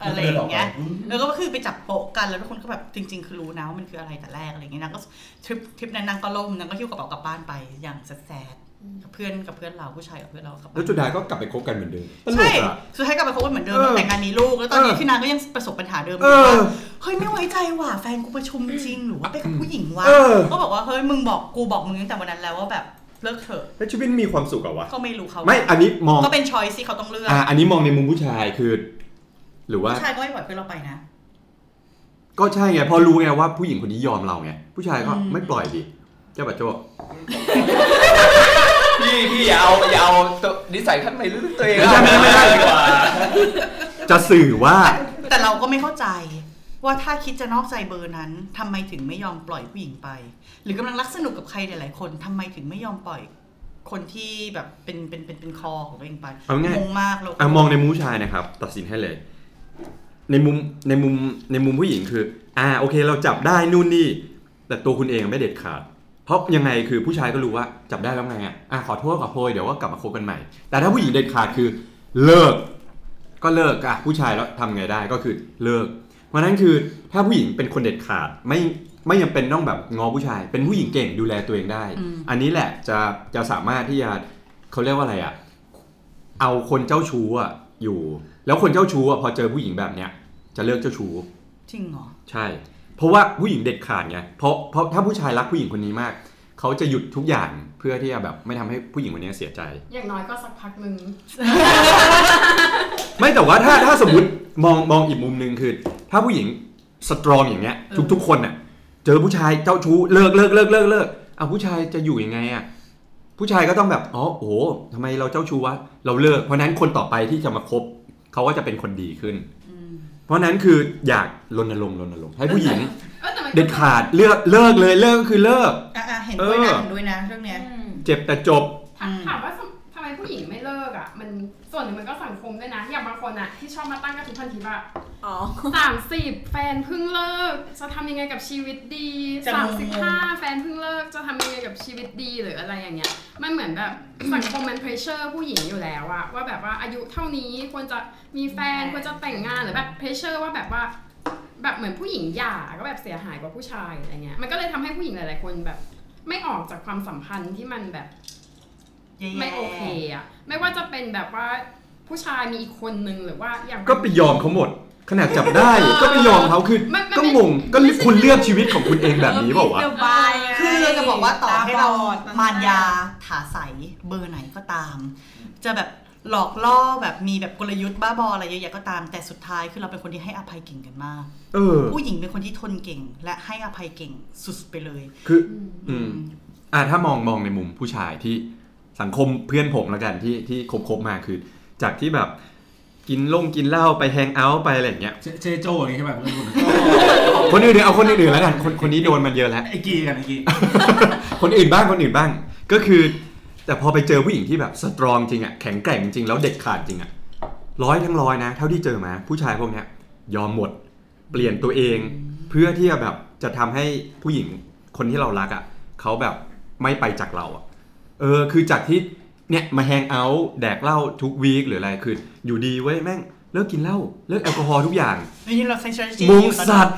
F: อะไรอย่างเงี้ยแล้วก็คือไปจับโปะกันแล้วทุกคนก็แบบจริง ๆ คือรู้นะว่ามันคืออะไรแต่แรกอะไรอย่างเงี้ยนางก็ทริปทริปนั้นนางก็ล่มนางก็หิ้วกระเป๋ากลับบ้านไปอย่างแซดๆกับเพื่อนกับเพื่อนเราผู้ชายกับเพื่อนเรากลับบ้าน
C: แล้วจุดาก็กลับไปคบกันเหมือนเดิมตล
F: ใช่
C: กอ่ะ
F: สุดท้ายกลับไปคบกันเหมือนเดิม
C: เออ
F: แต่งงานมีลูก แล้วตอนนี้
C: เออ
F: พี่นางก็ยังประสบปัญหาเดิมอ
C: เอยู่ อ
F: ว่าเฮ้ยไม่ไว้ใจว่ะแฟนกูประชุมจริงหรือว่าไปกับผู้หญิงวะ
C: เออ
F: ก็บอกว่าเฮ้ยมึงบอกกูบอกมึงตั้งแต่วันนั้นแล้วว่าแบบเลิกเถอะ
C: แล้วชีวิตมีความสุขเหรอวะ
F: ก็ไม่รู้เขา
C: ไม่อันนี้มอง
F: ก็เป็นช้อยที่เขาต้องเลือก
C: อ่าอันนี้มองในมุมผู้ชายคือ หรือว่า
F: ผู้ชายก็ไม่ปล่อยเพื่อนเราไปนะ
C: ก็ใช่ไงเพอรู้ไงว่าผู้หญิงคนนี้ยอมเราไงผู้ชายก็
F: อืม
C: ไม่ปล่อยดิเจ้าบัจโจ
B: พี่พี่อย่าเอาอย่าเอาตัวนิสัยท่านไม่รู้ตัวเอง
C: ไม่ใช่ไม่ใช่ไม่ใช่
B: ดีกว่า
C: จะสื่อว่า
F: แต่เราก็ไม่เข้าใจว่าถ้าคิดจะนอกใจเบอร์นั้นทำไมถึงไม่ยอมปล่อยผู้หญิงไป หรือกำลังรักสนุกกับใครหลาย ๆ คนทำไมถึงไม่ยอมปล่อยคนที่แบบเป็นเป็นเป็นเป็นคอของตัวเองไป
C: เอาง่าย
F: งงมากเราก็
C: อ่ะมองในมุมผู้ชายนะครับ ตัดสินให้เลย ในมุมในมุมในมุมผู้หญิงคือ อ่าโอเคเราจับได้นู่นนี่ แต่ตัวคุณเองไม่เด็ดขาด เพราะยังไงคือผู้ชายก็รู้ว่าจับได้แล้วไงอ่ะอ่ะขอโทษขอโพยเดี๋ยวก็กลับมาคบกันใหม่ แต่ถ้าผู้หญิงเด็ดขาดคือ เลิก ก็เลิกอ่ะผู้ชายแล้วทำไงได้ก็คือเลิก เพราะฉะนั้นคือถ้าผู้หญิงเป็นคนเด็ดขาดไม่ไม่ยังเป็นต้องแบบงอผู้ชาย เป็นผู้หญิงเก่งดูแลตัวเองได้
F: อืม
C: อันนี้แหละจะจะสามารถที่จะเขาเรียกว่าอะไรอ่ะ เอาคนเจ้าชู้อ่ะอยู่ แล้วคนเจ้าชู้อ่ะพอเจอผู้หญิงแบบเนี้ยจะเลิกเจ้าชู้
F: จริงเหรอ
C: ใช่ เพราะว่าผู้หญิงเด็ดขาดไงเพราะเพราะถ้าผู้ชายรักผู้หญิงคนนี้มาก เขาจะหยุดทุกอย่างเพื่อที่จะแบบไม่ทำให้ผู้หญิงคนนี้เสียใจ
H: อย่างน้อยก็สักพักหนึ่ง
C: ไม่แต่ว่าถ้าถ้าสมมติมองมองอีกมุมหนึ่งคือ ถ้าผู้หญิงสตรองอย่างเงี้ย ทุกทุกๆคนอ่ะ เจอผู้ชายเจ้าชู้เลิกเลิกเลิกเลิกเลิกอ่ะผู้ชายจะอยู่ยังไงอ่ะผู้ชายก็ต้องแบบอ๋อโอ้โหทำไมเราเจ้าชู้วะเราเลิก เพราะฉะนั้นคนต่อไปที่จะมาคบเขาก็จะเป็นคนดีขึ้น เพราะฉะนั้นคืออยากรณรงค์รณรงค์ให้ผู้หญิง
H: เออแต่มันก็
C: เด็ดขาดเลิกเลิกเลยเลิกก็คือเลิก
F: อ่ะอ่ะเห็นด้วย
C: เอ
F: นะ
C: อ
F: เห็นด้วยนะเรื่องเนี้ย
C: เจ็บแต่จบ
H: ถามถามว่าทำไมผู้หญิงไม่เลิกอ่ะ มันส่วนหนึ่งมันก็สังคมด้วยนะ อย่างบางคนอ่ะ ที่ชอบมาตั้งกระทู้พันทิปอ่ะ
G: อ๋อ
H: สามสิบแฟนเพิ่งเลิก จะทำยังไงกับชีวิตดี
F: จะ
H: สาม
F: ง
H: สิบ
F: ง
H: ห้าแฟนเพิ่งเลิกจะทำยังไงกับชีวิตดีหรืออะไรอย่างเงี้ย มันเหมือนแบบ สังคมมันเพรสเชอร์ผู้หญิงอยู่แล้วอะว่าแบบว่าอายุเท่านี้ควรจะมีแฟนควรจะแต่งงานหรือแบบเพรสเชอร์ว่าแบบว่า แบบเหมือนผู้หญิงหย่าก็แบบเสียหายกว่าผู้ชายอะไรเงี้ยมันก็เลยทำให้ผู้หญิงหลาย ๆ คนแบบ ไม่ออกจากความสัมพันธ์ที่มันแบบ
F: แย่ๆ
H: ไม่โอเคอะไม่ว่าจะเป็นแบบว่าผู้ชายมีอีกคนนึงหรือว่าอย่าง
C: ก็ไปยอมเขาหมด ขนาดจับ ได้ ก็ไปยอมเขาคือ
H: มันมัน
C: ก็
H: ไม่
C: งงก็คุณเลือกชีวิตของคุณเองแบบนี้เปล่าวะ
J: บาย
F: คือเราจะบอกว่าต่อให้เรา
J: ตาบอด
F: มารยาถาใสเบอร์ไหนก็ตาม จะแบบหลอกล่อแบบมีแบบกลยุทธ์บ้าบออะไรเยอะแยะก็ตาม แต่สุดท้ายคือเราเป็นคนที่ให้อภัยเก่งกันมาก
C: เออ
F: ผู้หญิงเป็นคนที่ทนเก่ง และให้อภัยเก่งสุดๆไปเลย
C: คือ อืม อ่ะถ้ามองมองในมุมผู้ชายที่สังคมเพื่อนผมละกันที่ที่คบคบมาคือ จากที่แบบกินล่งกินเหล้าไปแฮงเอาท์ไปอะไรอย่างเงี้ย
D: เจเจโจ้อย่างงี้ใช่ป่ะเพื่อนคุณ
C: คนอื่นๆเอาคนอื่นๆแล้วกันคนคนนี้โดนมันเยอะแล้ว
D: ไอ้กีกันไอ้กี
C: คนอื่นบ้างคนอื่นบ้าง ก็คือ แต่พอไปเจอผู้หญิงที่แบบสตรองจริงอะแข็งแกร่งจริงแล้วเด็ดขาดจริงอะร้อยทั้งร้อยนะ เท่าที่เจอมา ผู้ชายพวกเนี้ยยอมหมด เปลี่ยนตัวเอง เพื่อที่จะแบบจะทำให้ผู้หญิงคนที่เรารักอะเขาแบบไม่ไปจากเราอะเออคือจากที่เนี่ยมาแฮงเอาท์แดกเหล้าทุกวีคหรืออะไรคืออยู่ดีเว้ยแม่งเลิกกินเหล้าเลิกแอลกอฮอล์ทุกอย่าง
F: นี่เราใช้ strategy
C: มงสัตว์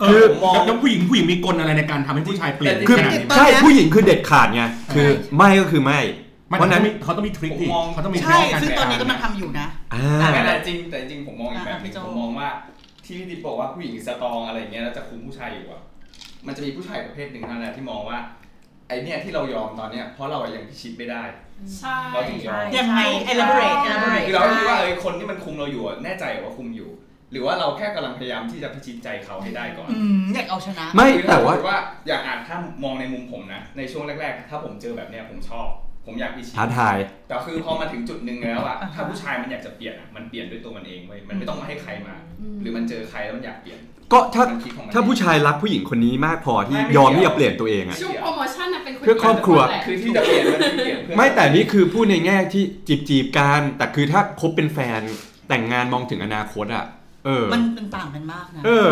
D: เอ
C: คือ
D: อแล้วแล้วผู้หญิงผู้หญิงมีกลอะไรในการทำให้ผู้ชายเปลี่ยน
B: แต่
C: คือ
D: ขนาดนี้
C: ใช่ผู้หญิงคือเด็ดขาดไงคือไม่ก็คือไม่
D: ไม่
C: เพราะฉะ
D: นั้
C: นั้น น
D: เขาต้องมีทริคดิ
B: ผมมอง
D: เขาต้องมีทริ
F: ใช่
D: คการ
F: ซึ่งตอนนี้
D: จัดาร
F: กำลังทำอยู่นะ
C: อ่
B: แต่
C: า
B: ไม่แต่จริงแต่จริงผมมองอีกแบบหนึง
F: อ่ะพี่โจ
B: ผมมองว่าที่พี่ดิบบอกว่าผู้หญิงสตรองอะไรอย่างเงี้ยแล้วจะคุมผู้ชายอยู่อะ มันจะมีผู้ชายประเภทหนึ่งเท่านั้นแหละที่มองว่า ไอเนี่ยที่เรายอมตอนเนี้ยเพราะเราอะยังพิชิตไม่ได้
H: ใช่
B: เราถึงยอม
F: ยังไง elaborate elaborate
B: คือเราก็คิดว่าเอ้ยคนที่มันคุมเราอยู่อะแน่ใจเหรอว่าคุมอยู่ หรือว่าเราแค่กำลังพยายามที่จะพิชิตใจเขาให้ได้ก่อน
F: อืมอยากเอาชนะ
C: ไม่
B: คือถ้
C: แต่ว่า
B: สมมุอยากอ่านถ้ามองในมุมผมนะ ในช่วงแรก ๆ ถ้าผมเจอแบบเนี้ยผมชอบ ผมอยากพิชิต
C: ท้าทาย
B: แต่คือพอมาถึงจุดหนึ่งแล้วอะ
F: อ่าฮะ
B: ถ้าผู้ชายมันอยากจะเปลี่ยนอะมันเปลี่ยนด้วยตัวมันเองเว้ยมันไม่ต้องมาให้ใครมา หรือมันเจอใครแล้วมันอยากเปลี่ยน
C: ก็ถ้า
B: มันคิดของมัน
C: ถ้าผู้ชายรักผู้หญิงคนนี้มากพอที่
B: ไม่ไม่
C: ยอมที่
B: เกี่ยว
C: จะเปลี่ยนตัวเองอะ
H: ช่วงโปรโมชั่นน่ะเป็นคน
C: เพื่อครอบครัว
H: แหละ
B: คือที่จะเปลี่ยนมันคือเปลี่ยนเพื่อ
C: ไม่แต่นี่คือพูดในแง่ที่จีบจีบๆกันแต่คือถ้าคบเป็นแฟนแต่งงานมองถึงอนาคตอะเออ
F: มันเป็นต่างกันมากนะ
C: เออ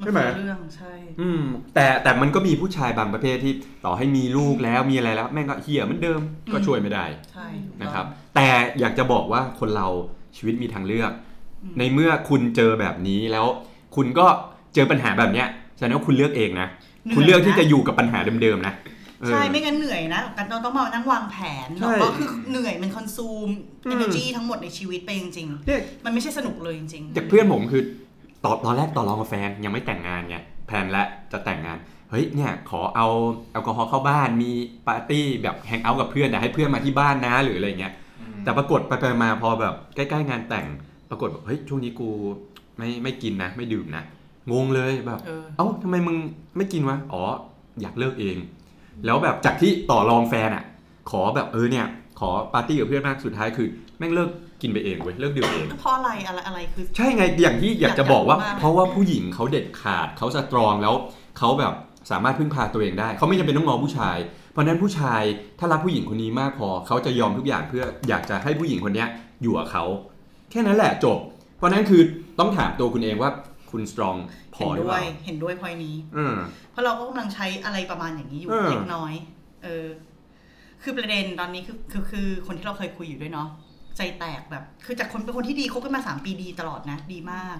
F: มัน
C: ใช่ไหม
F: คนละเรื่องใช่
C: อืมแต่แต่มันก็มีผู้ชายบางประเภทที่ต่อให้มีลูกแล้วมีอะไรแล้วแม่งก็เฮียเหมือนเดิม
F: อืม
C: ก็ช่วยไม่ได้
F: ใช่
C: นะครับ แต่อยากจะบอกว่าคนเราชีวิตมีทางเลือก ในเมื่อคุณเจอแบบนี้แล้ว คุณก็เจอปัญหาแบบเนี้ยแสดงว่าคุณเลือกเองนะ
F: หนื่ย
C: คุณเลือกที่จะ
F: น
C: อยู่กับปัญหาเดิมๆนะเออ
F: ใช่ไม่งั้นเหนื่อยนะกันเราต้องมานั่งวางแผน
C: ใช่
F: แล้วก็คือเหนื่อยมันคอนซูม
C: อืม
F: energy ทั้งหมดในชีวิตไปจริง
C: เนี่ย
F: ๆ มันไม่ใช่สนุกเลยจริงๆ
C: จากเพื่อนผมคือตอนตอนแรกต่อรองกับแฟนยังไม่แต่งงานไงแพลนและจะแต่งงาน เฮ้ยเนี่ยขอเอาแอลกอฮอล์เข้าบ้านมีปาร์ตี้แบบแฮงเอาท์กับเพื่อนแต่ให้เพื่อนมาที่บ้านนะหรืออะไรเงี้ยแต่ปรากฏไปไปมาพอแบบใกล้ๆงานแต่ง ปรากฏแบบเฮ้ยช่วงนี้กูไม่ไม่กินนะ ไม่ดื่มนะงงเลยแบบ
F: เออ
C: เอ้าทำไมมึงไม่กินวะอ๋ออยากเลิกเอง แล้วแบบจากที่ต่อรองแฟนอะขอแบบเออเนี่ย ขอปาร์ตี้กับเพื่อนมากสุดท้ายคือแม่งเลิกกินไปเองเว้ยเลิกดื่มเอง
F: เพราะอะไรอะไรอะไรคือ
C: ใช่ไงอย่างที่อยากจะบอกว่า
F: อยากจะบอกว่า
C: เพราะว่าผู้หญิงเขาเด็ดขาดเขาสตรองแล้วเขาแบบสามารถพึ่งพาตัวเองได้ เขาไม่จำเป็นต้องงอผู้ชาย เพราะฉะนั้นผู้ชายถ้ารักผู้หญิงคนนี้มากพอเขาจะยอมทุกอย่างเพื่ออยากจะให้ผู้หญิงคนเนี้ยอยู่กับเขาแค่นั้นแหละจบ เพราะฉะนั้นคือต้องถามตัวคุณเองว่าคุณสตรองพอ
F: เห็น
C: หรือ
F: ด้
C: เป
F: ว
C: ล่าย
F: เห็นด้วยพอยนี้
C: อืม
F: เพราะเราก็กำลังใช้อะไรประมาณอย่างนี้อยู่
C: เออ
F: เล็กน้อย เออ คือประเด็นตอนนี้คือคือคือคนที่เราเคยคุยอยู่ด้วยเนาะใจแตกแบบ คือจากคนเป็นคนที่ดีคบกันมาสามปีดีตลอดนะ ดีมาก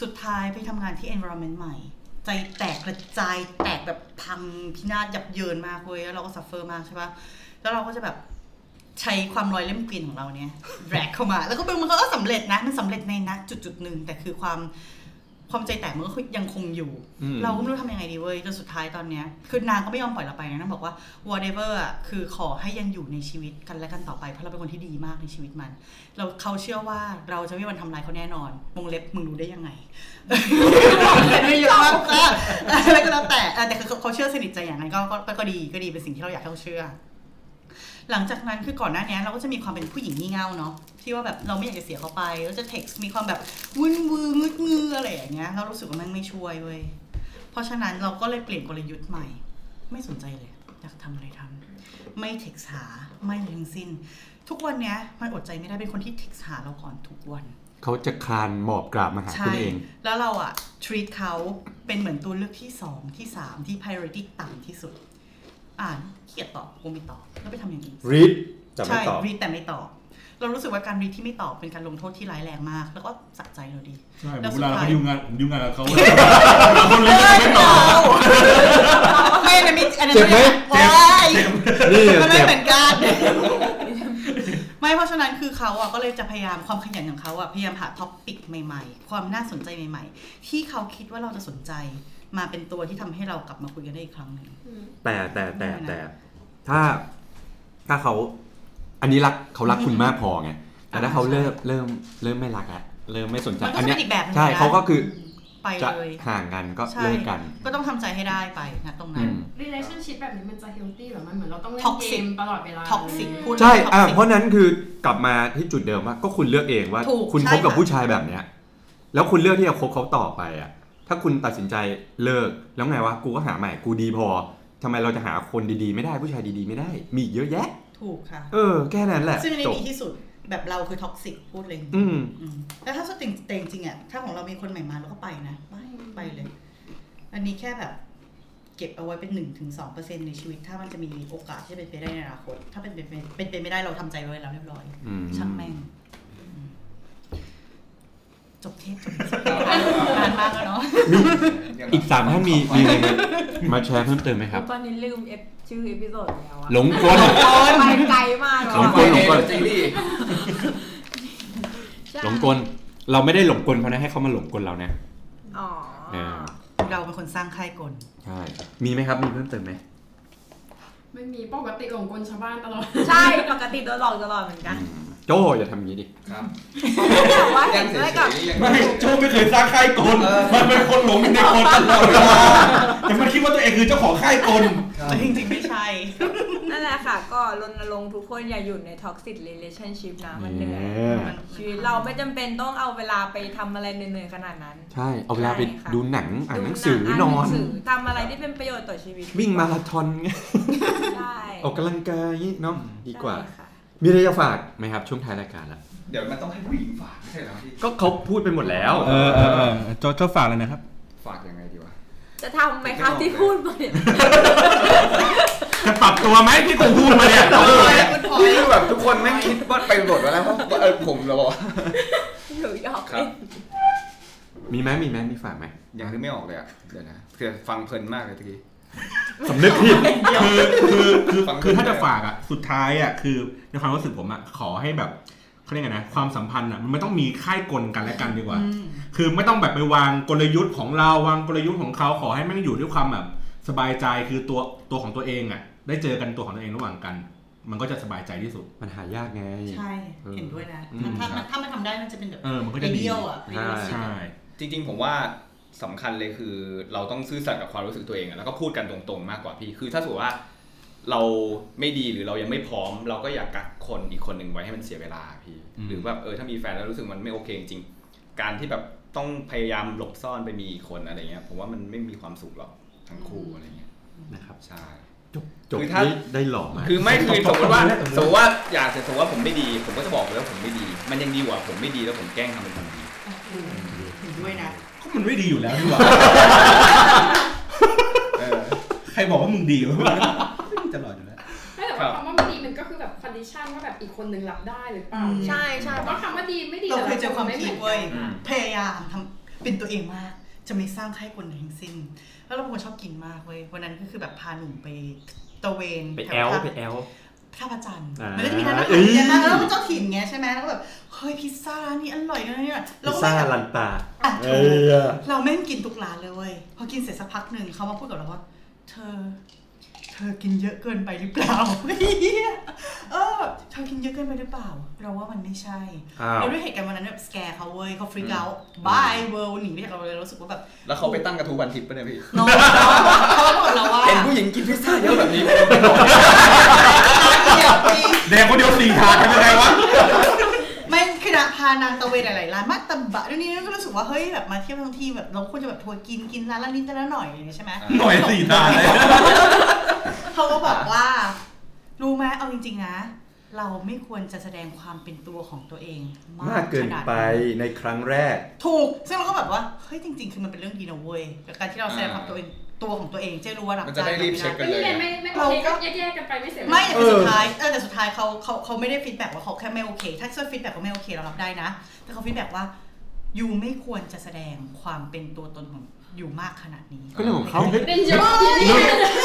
F: สุดท้ายไปทำงานที่ environment ใหม่ ใจแตกกระจายแตกแบบพังพินาศยับเยินมากเว้ยแล้วเราก็ซัฟเฟอร์มากใช่ปะแล้วเราก็จะแบบใช้ความรอยเล่มกลิ่นของเราเนี่ยแรกเข้ามา แล้วก็เป็นมันก็สำเร็จนะ มันสำเร็จในนะจุดจุดๆหนึ่งแต่คือความความใจแตกมันก็ยังคงอยู่
C: อืม
F: เราก็ไม่รู้ทำยังไงดีเว้ยจนสุดท้ายตอนเนี้ยคือนางก็ไม่ยอมปล่อยเราไปนะนางบอกว่า whatever อ่ะคือขอให้ยังอยู่ในชีวิตกันและกันต่อไปเพราะเราเป็นคนที่ดีมากในชีวิตมัน เราเขาเชื่อว่าเราจะไม่มีวันทำลายเขาแน่นอนวงเล็บมึงรู้ได้ยังไง เป็น ไม่เยอะมากค่ะอะไรก็ แล้วแต่เออแต่คือเขาเชื่อสนิทใจอย่างนั้นก็ก็ก็ก็ดีก็ดีเป็นสิ่งที่เราอยากให้เขาเชื่อ หลังจากนั้นคือก่อนหน้านี้เราก็จะมีความเป็นผู้หญิงงี่เง่าเนาะที่ว่าแบบเราไม่อยากจะเสียเขาไปแล้วจะเท็กซ์มีความแบบวุ่นวืองึดงืออะไรอย่างเงี้ยเรารู้สึกว่ามันไม่ช่วยเว้ยเพราะฉะนั้นเราก็เลยเปลี่ยนกลยุทธ์ใหม่ ไม่สนใจเลยอยากทำอะไรทำไม่เท็กซ์หาไม่อะไรทั้งสิ้น ทุกวันเนี้ยมันอดใจไม่ได้เป็นคนที่เท็กซ์หาเราก่อนทุกวัน
C: เขาจะคลานหมอบกราบมาหาคุณเอง
F: แล้วเราอะ treat เขาเป็นเหมือนตัวเลือกที่สองที่สามที่ priority ต่ำที่สุด อ่านเกลียดตอบกูไม่ตอบ แล้วไปทำอย่างอื่น
C: รีดจะไม่
F: ใช่
C: ตอบ
F: read แต่ไม่ตอบ เรารู้สึกว่าการ read ที่ไม่ตอบเป็นการลงโทษที่ร้ายแรงมาก แล้วก็สะใจเราดี
D: ใช่
F: แล้วสุ
D: เว
F: ด
D: ลา
F: ท้าย
D: เราดิวงานผมดิวงานกับเขาเราคนเล่นไม่ต่อ
F: ไม่ไม่ไม่อันนั้น
C: เจ็บไหม
F: โอ๊ย
C: นี่
F: มันไม่
C: เจ็บ
F: เหมือนกันไม่เพราะฉะนั้นคือเขาอ่ะก็เลยจะพยายามความขยันของเขาอ่ะพยายามหาท็อปปิกใหม่ๆ ความน่าสนใจใหม่ๆ ที่เขาคิดว่าเราจะสนใจมาเป็นตัวที่ทำให้เรากลับมาคุยกันได้อีกครั้งหนึ่ง
C: แต่แต่แต่
F: ไม่นะ
C: แต่ถ้าถ้าเขาอันนี้รักเขารักคุณมากพอไงแต่ถ้าเขาเริ่มเริ่มเริ่มไม่รักแล้วเริ่มไม่สนใจ
F: มันก็
C: อัน
F: จะ
C: เนี้ย
F: เป็นอีกแบบหนึง
C: ใช่
F: นะ
C: เขาก็คือ
F: ไป
C: จะ
F: เลย
C: ห่างกันก็
F: ใช่
C: เลิกกัน
F: ก็ต้องทำใจให้ได้ไปนะตรง
C: อื
F: นั้น
C: ม
H: relationship แบบนี้มันจะ healthy เหรอมันเหมือนเราต้องเล่นเก
F: Toxic
H: มตลอดเวลา
F: ท็อกซิกพูด
C: ใช่
F: ท็ก
C: อ่ะ
F: ซิก
C: เพราะนั้นคือกลับมาที่จุดเดิมว่าก็คุณเลือกเองว่า
F: ถูก
C: คุณค
F: ใช่
C: บกับ
F: ค่ะ
C: ผู้ชายแบบเนี้ย แล้วคุณเลือกที่จะคบเขาต่อไปอ่ะ ถ้าคุณตัดสินใจเลิกแล้วไงวะกูก็หาใหม่กูดีพอทำไมเราจะหาคนดีๆ ไม่ได้ผู้ชายดีๆไม่ได้ มีอีกเยอะแยะ
F: ถูกค่ะ
C: เออ แค่นั้นแหละ
F: ซึ่งอั
C: จ
F: นนี้
C: บ
F: ดีที่สุดแบบเราคือท็อกซิกพูดเลย
C: อืม
F: อืมแล้วถ้าสติงแต่จริงๆอ่ะถ้าของเรามีคนใหม่มาเราก็ไปนะไปไปเลย อันนี้แค่แบบ เก็บเอาไว้เป็นหนึ่งถึงสองเปอร์เซ็นในชีวิต ถ้ามันจะมีโอกาสที่จะเป็นไปได้ในอนาคต ถ้าเป็นไปไม่เป็นไปไม่ได้เราทำใจไว้แล้วเรียบร้อย
C: อืม
F: ช่างแม่งอืมจบเท ปจบนานมากแล้วเนาะ
C: อีกสามท่านมีมีอะไรมามาแชร์เพิ่มเติมไหมครับ
J: ตอนนี้ลืมเอฟชื่อเอพิโซดแล้วอะ
C: หลงกล
J: ไปไกลมากแล้ว
C: หลง
J: อะ
C: กลหลงกล
B: ซีรีส์
J: ใช่
C: หลงกลเราไม่ได้หลงกลเขานะให้เขามาหลงกลเรานะ
J: อ๋อ
C: เออ
F: เราเป็นคนสร้างค่ายกล
C: ใช่มีไหมครับมีเพิ่มเติมไหม
H: ไม่มีปกติหลงกลชาวบ้านตลอด
J: ใช่ปกติโดนหลอกตลอดเหมือนกัน
C: โจ้อย่าทำอย่างนี้ดิ
B: ครับ
J: แต่ว่าเห็
B: ยัง
J: น
B: เฉ
J: ด้วย ยกับ
B: ๆยัง
D: ไม่โจ้ไม่เคยสร้างค่ายกล
B: เออ
D: มันเป็นคนหลงอยู่ในคนตลอดเวลาแต่มันคิดว่าตัวเองคือเจ้าของค่ายกล
F: แต่จริงๆ ไม่ใช่
J: นั่นแหละค่ะ ก็รณรงค์ทุกคนอย่าอยู่ในท็อกซิ r เรล t i o n s h i p นะมันเหนื่อย
C: เย้
J: มันชีวิตเราไม่จำเป็นต้องเอาเวลาไปทำอะไรเหนื่อยๆขนาดนั้น
C: ใช่เอาเวลาไป
J: ใช่ค่ะ
C: ดูหนังอ่านหนังสือ
J: ดู
C: น
J: ห
C: อง
J: าน หงสืทำอะไรที่เป็นประโยชน์ต่อชีวิต
C: วิ่งมาราธอน
J: ได้
C: ออกกำลังกายเนาะดีกว่า
J: ใช่ค่ะ
C: มีอะไรจะฝากไหมครับช่วงท้ายรายการละ
B: เดี๋ยวมันต้องให้ผู้หญิงฝากไม่ใช่เหรอพี่
C: ก็เขาพูดไปหมดแล้ว
D: เออเออเออโจ้โจ้ฝากเลยนะครับ
B: ฝากยังไงดีวะ
J: จะทำไหมคะที่พูดมาเนี่ย
D: จะปรับตัวไหมที่กูพูดมาเนี่ย
B: นี่คือแบบทุกคนแม่งคิดว่าไปหมดแล้วนะเพราะว่าเออผมเราบอกว่า
J: หนูหยอก
B: ครับ
J: เล่น
C: มีไหมมีไหมมีฝากไหม
B: ยังนึกไม่ออกเลยอ่ะ เดี๋ยวนะคือฟังเพลินมากเลยทีนี้
C: สำนึกผิด
D: คือคือคือ
B: ฟัง
D: คือถ้าจะฝากอ่ะสุดท้ายอ่ะคือในความรู้สึกผมอ่ะขอให้แบบเขาเรียกไงนะความสัมพันธ์อ่ะมันไม่ต้องมีค่ายกลกันและกันดีกว่า คือไม่ต้องแบบไปวางกลยุทธ์ของเราวางกลยุทธ์ของเขาขอให้แมันอยู่ด้วยความแบบสบายใจคือตัวตัวของตัวเองอ่ะได้เจอกันตัวของตัวเองระหว่างกัน มันก็จะสบายใจที่สุด
C: มันหายากไง
F: ใช่
C: เออ
F: เห็นด้วยนะ
D: อืม
F: ถ้า
D: ครั
F: มัน
D: บ
F: ถ้ามันทำได้มันจะเป็นแบบ
D: เออมันก็จะดี
F: เดียวอ่ะ
D: ใช่
B: จริงๆ ผมว่าสำคัญเลยคือเราต้องซื่อสัตย์กับความรู้สึกตัวเองอะแล้วก็พูดกันตรงๆ มากกว่าพี่ คือถ้าสมมติว่าเราไม่ดีหรือเรายังไม่พร้อม เราก็อย่ากักคนอีกคนหนึ่งไว้ให้มันเสียเวลาพี่
D: อืม
B: หรือแบบเออถ้ามีแฟนแล้วรู้สึกมันไม่โอเคจริงๆการที่แบบต้องพยายามหลบซ่อนไปมีอีกคนอะไรเงี้ยผมว่ามันไม่มีความสุขหรอกทั้งคู่อะไรเงี้ย
C: นะครับ
B: ใช่
C: จบจบ
B: คือถ้า
C: นี้ได้หล่อมาก
B: คือไม่คือส
D: ต
B: มม
D: บตบ
B: ติว่า
D: ตบเลยตบเลย
B: สมมติว่าอยากเสร็จสมมติว่าผมไม่ดี ผมก็จะบอกเลยว่าผมไม่ดี มันยังดีกว่าผมไม่ดีแล้วผมแกล้งทำเป็นคนดี
F: เห็นด้วยนะ
D: ก็มันไม่ดีอยู่แล้วดีกว่า
B: เออ
D: ใครบอกว่ามึงดีวะจะหลอดอยู่แล้ว
H: ไม่แต่
B: ครั
H: ว่า
B: บ
H: คำว่าไม่ดีมันก็คือแบบคอนดิชันว่าแบบอีกคนหนึ่งรับได้หรือเปล่า
F: อืม
J: ใช่ใช่
H: เพราะคำว่าดีไม่ดี
F: เรา
H: แต่
F: เคยเจอความ
H: ไม่
F: คิ
H: ห
F: ด
H: นกัน
F: เว้ย
B: อืม
F: พยายามทำเป็นตัวเองมาก จะไม่สร้างค่ายคนไหนทั้งสิ้น แล้วเราเป็นคนชอบกินมากเว้ย วันนั้นก็คือแบบพาหนุ่มไปตะเวน
C: ไป
F: ถ
C: แอล
F: ท่า
C: ไปแอล
F: ท่าพระจันทร์
C: อ่ามั
F: มันก็จะมีร้านอาหาร
C: เอ้ย
F: เยอะมากแล้วเป็นเจ้าถิ่นไงใช่ไหมแล้วก็แบบ เฮ้ยพิซซ่านี่อร่อยนะเนี่ยเร
C: พิซ
F: ก็
C: ซ่า
F: ไม่แบบ
C: ลันตา
F: อ่ะ
C: เอ
F: ถูก
C: อ
F: เราแม่งกินทุกร้านเลยเว้ยพอกินเสร็จสักพักหนึ่งเขามาพูดกับเราว่า เธอ เธอกินเยอะเกินไปหรือเปล่า เหี้ยเออแบบเธอกินเยอะเกินไปหรือเปล่า เราว่ามันไม่ใช่
C: อ้าว
F: เราด้วยเหตุการณ์วันนั้นแบบสแกร์เขาเว้ยเขาฟรีเอาบายเวิร์หนีไปจากเราเลยเรารู้สึกว่าแบบ
B: แล้วเขาไปตั้งกระทู้พันทิปปะเนี่ยพี่
F: น้องเขาบอกเราว่า
B: เห็นผู้หญิงกินพิซซ่าเยอะแบบนี้
F: เกลียดจริง
D: แดงคนเดียวสี่ถาดทำยังไงวะ
F: ไม่คือพานางตะเวนหลายๆร้านมาตะบะด้วยนี่ก็รู้สึกว่าเฮ้ยแบบมาเที่ยวทั้งทีแบบเราควรจะแบบทัวร์กินกินร้านละนิดร้านละหน่อยอย่างเงี้ยใช่ไหม
D: หน่อยสี่ถาดเลย
F: เขาก็บอกว่า รู้ไหมเอาจริงๆนะ เราไม่ควรจะแสดงความเป็นตัวของตัวเองมาม
C: ากกเกิน
F: ขด
C: ไปในครั้งแรก
F: ถูก ซึ่งเราก็แบบว่าเฮ้ยจริง ๆ คือมันเป็นเรื่องดีนะเว้ยกับการที่เราแสดงความตัวเองตัวของตัวเองเจ๊รู้ว่ารับ
B: มันจะได้รีบเช็คกัน
H: ไม่
B: เลย
H: ได้
B: อะ
H: ไม่ไม่โอเคก็แยกๆกันไปไม่เสียเวลา
F: ไม่แต่สุดท้ายเออแต่สุดท้ายเขาเขาเขาไม่ได้ฟีดแบ็กว่าเขาแค่ไม่โอเค ถ้าเชื่อฟีดแบ็กว่าไม่โอเคเรารับได้นะ แต่เขาฟีดแบ็กว่ายูไม่ควรจะแสดงความเป็นตัวตนของยูมากขนาดนี้
C: ก็เรื่องของเขา
H: เป็นเยอะ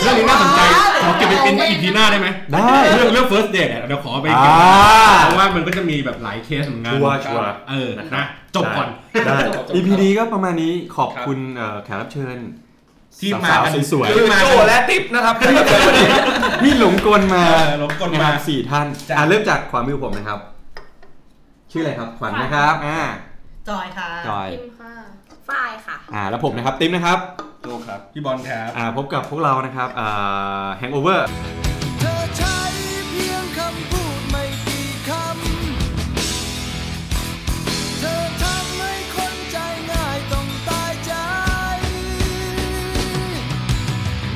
D: เรื่องเรื่องนี้น่าสนใจ ขอเก็บไปเป็นอีพีหน้าได้ไหม
C: ได้
D: เรื่องเรื่อง first date เนี่ยเดี๋ยวขอไป
C: อ่า
D: เก็บเพราะว่ามันก็จะมีแบบหลายเคสเหมือนกัน
C: ชัวร์ชัวร์
D: เออนะจบก่อน
C: ได้
B: จบก่อน
C: EP นี้ก็ประมาณนี้ขอบคุณเอ่อแขกรับเชิญ
D: ที่มา
C: สาว
D: กัน
C: ๆสวย
D: ที่มา
B: โจ
D: กัน
B: และติ๊บนะครับ
C: ๆที่หลงกลมา
D: เออหลงกลมา
C: ะครับสี่ท่าน
D: จ้ะ
C: อ่ะเริ่มจากความมือผมนะครับ ชื่ออะไรครับขวัญนะครับอ่า
F: จอยค่ะ
C: จอย
H: พิมพ์ค่ะ
J: ฝ้ายค่ะ
C: อ่าแล้วผมนะครับติ๊มนะครับ
B: โจครับ
D: พี่บอลครับ
C: อ่าพบกับพวกเรานะครับอ่าแฮงโอเวอร์
A: เธอใช้เพียงคำพูดไม่กี่คำ เธอทำให้คนใจง่ายต้องตายใจ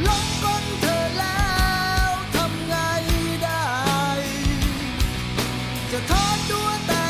A: หลงกลเธอแล้วทำไงได้ จะทอดตัวแต่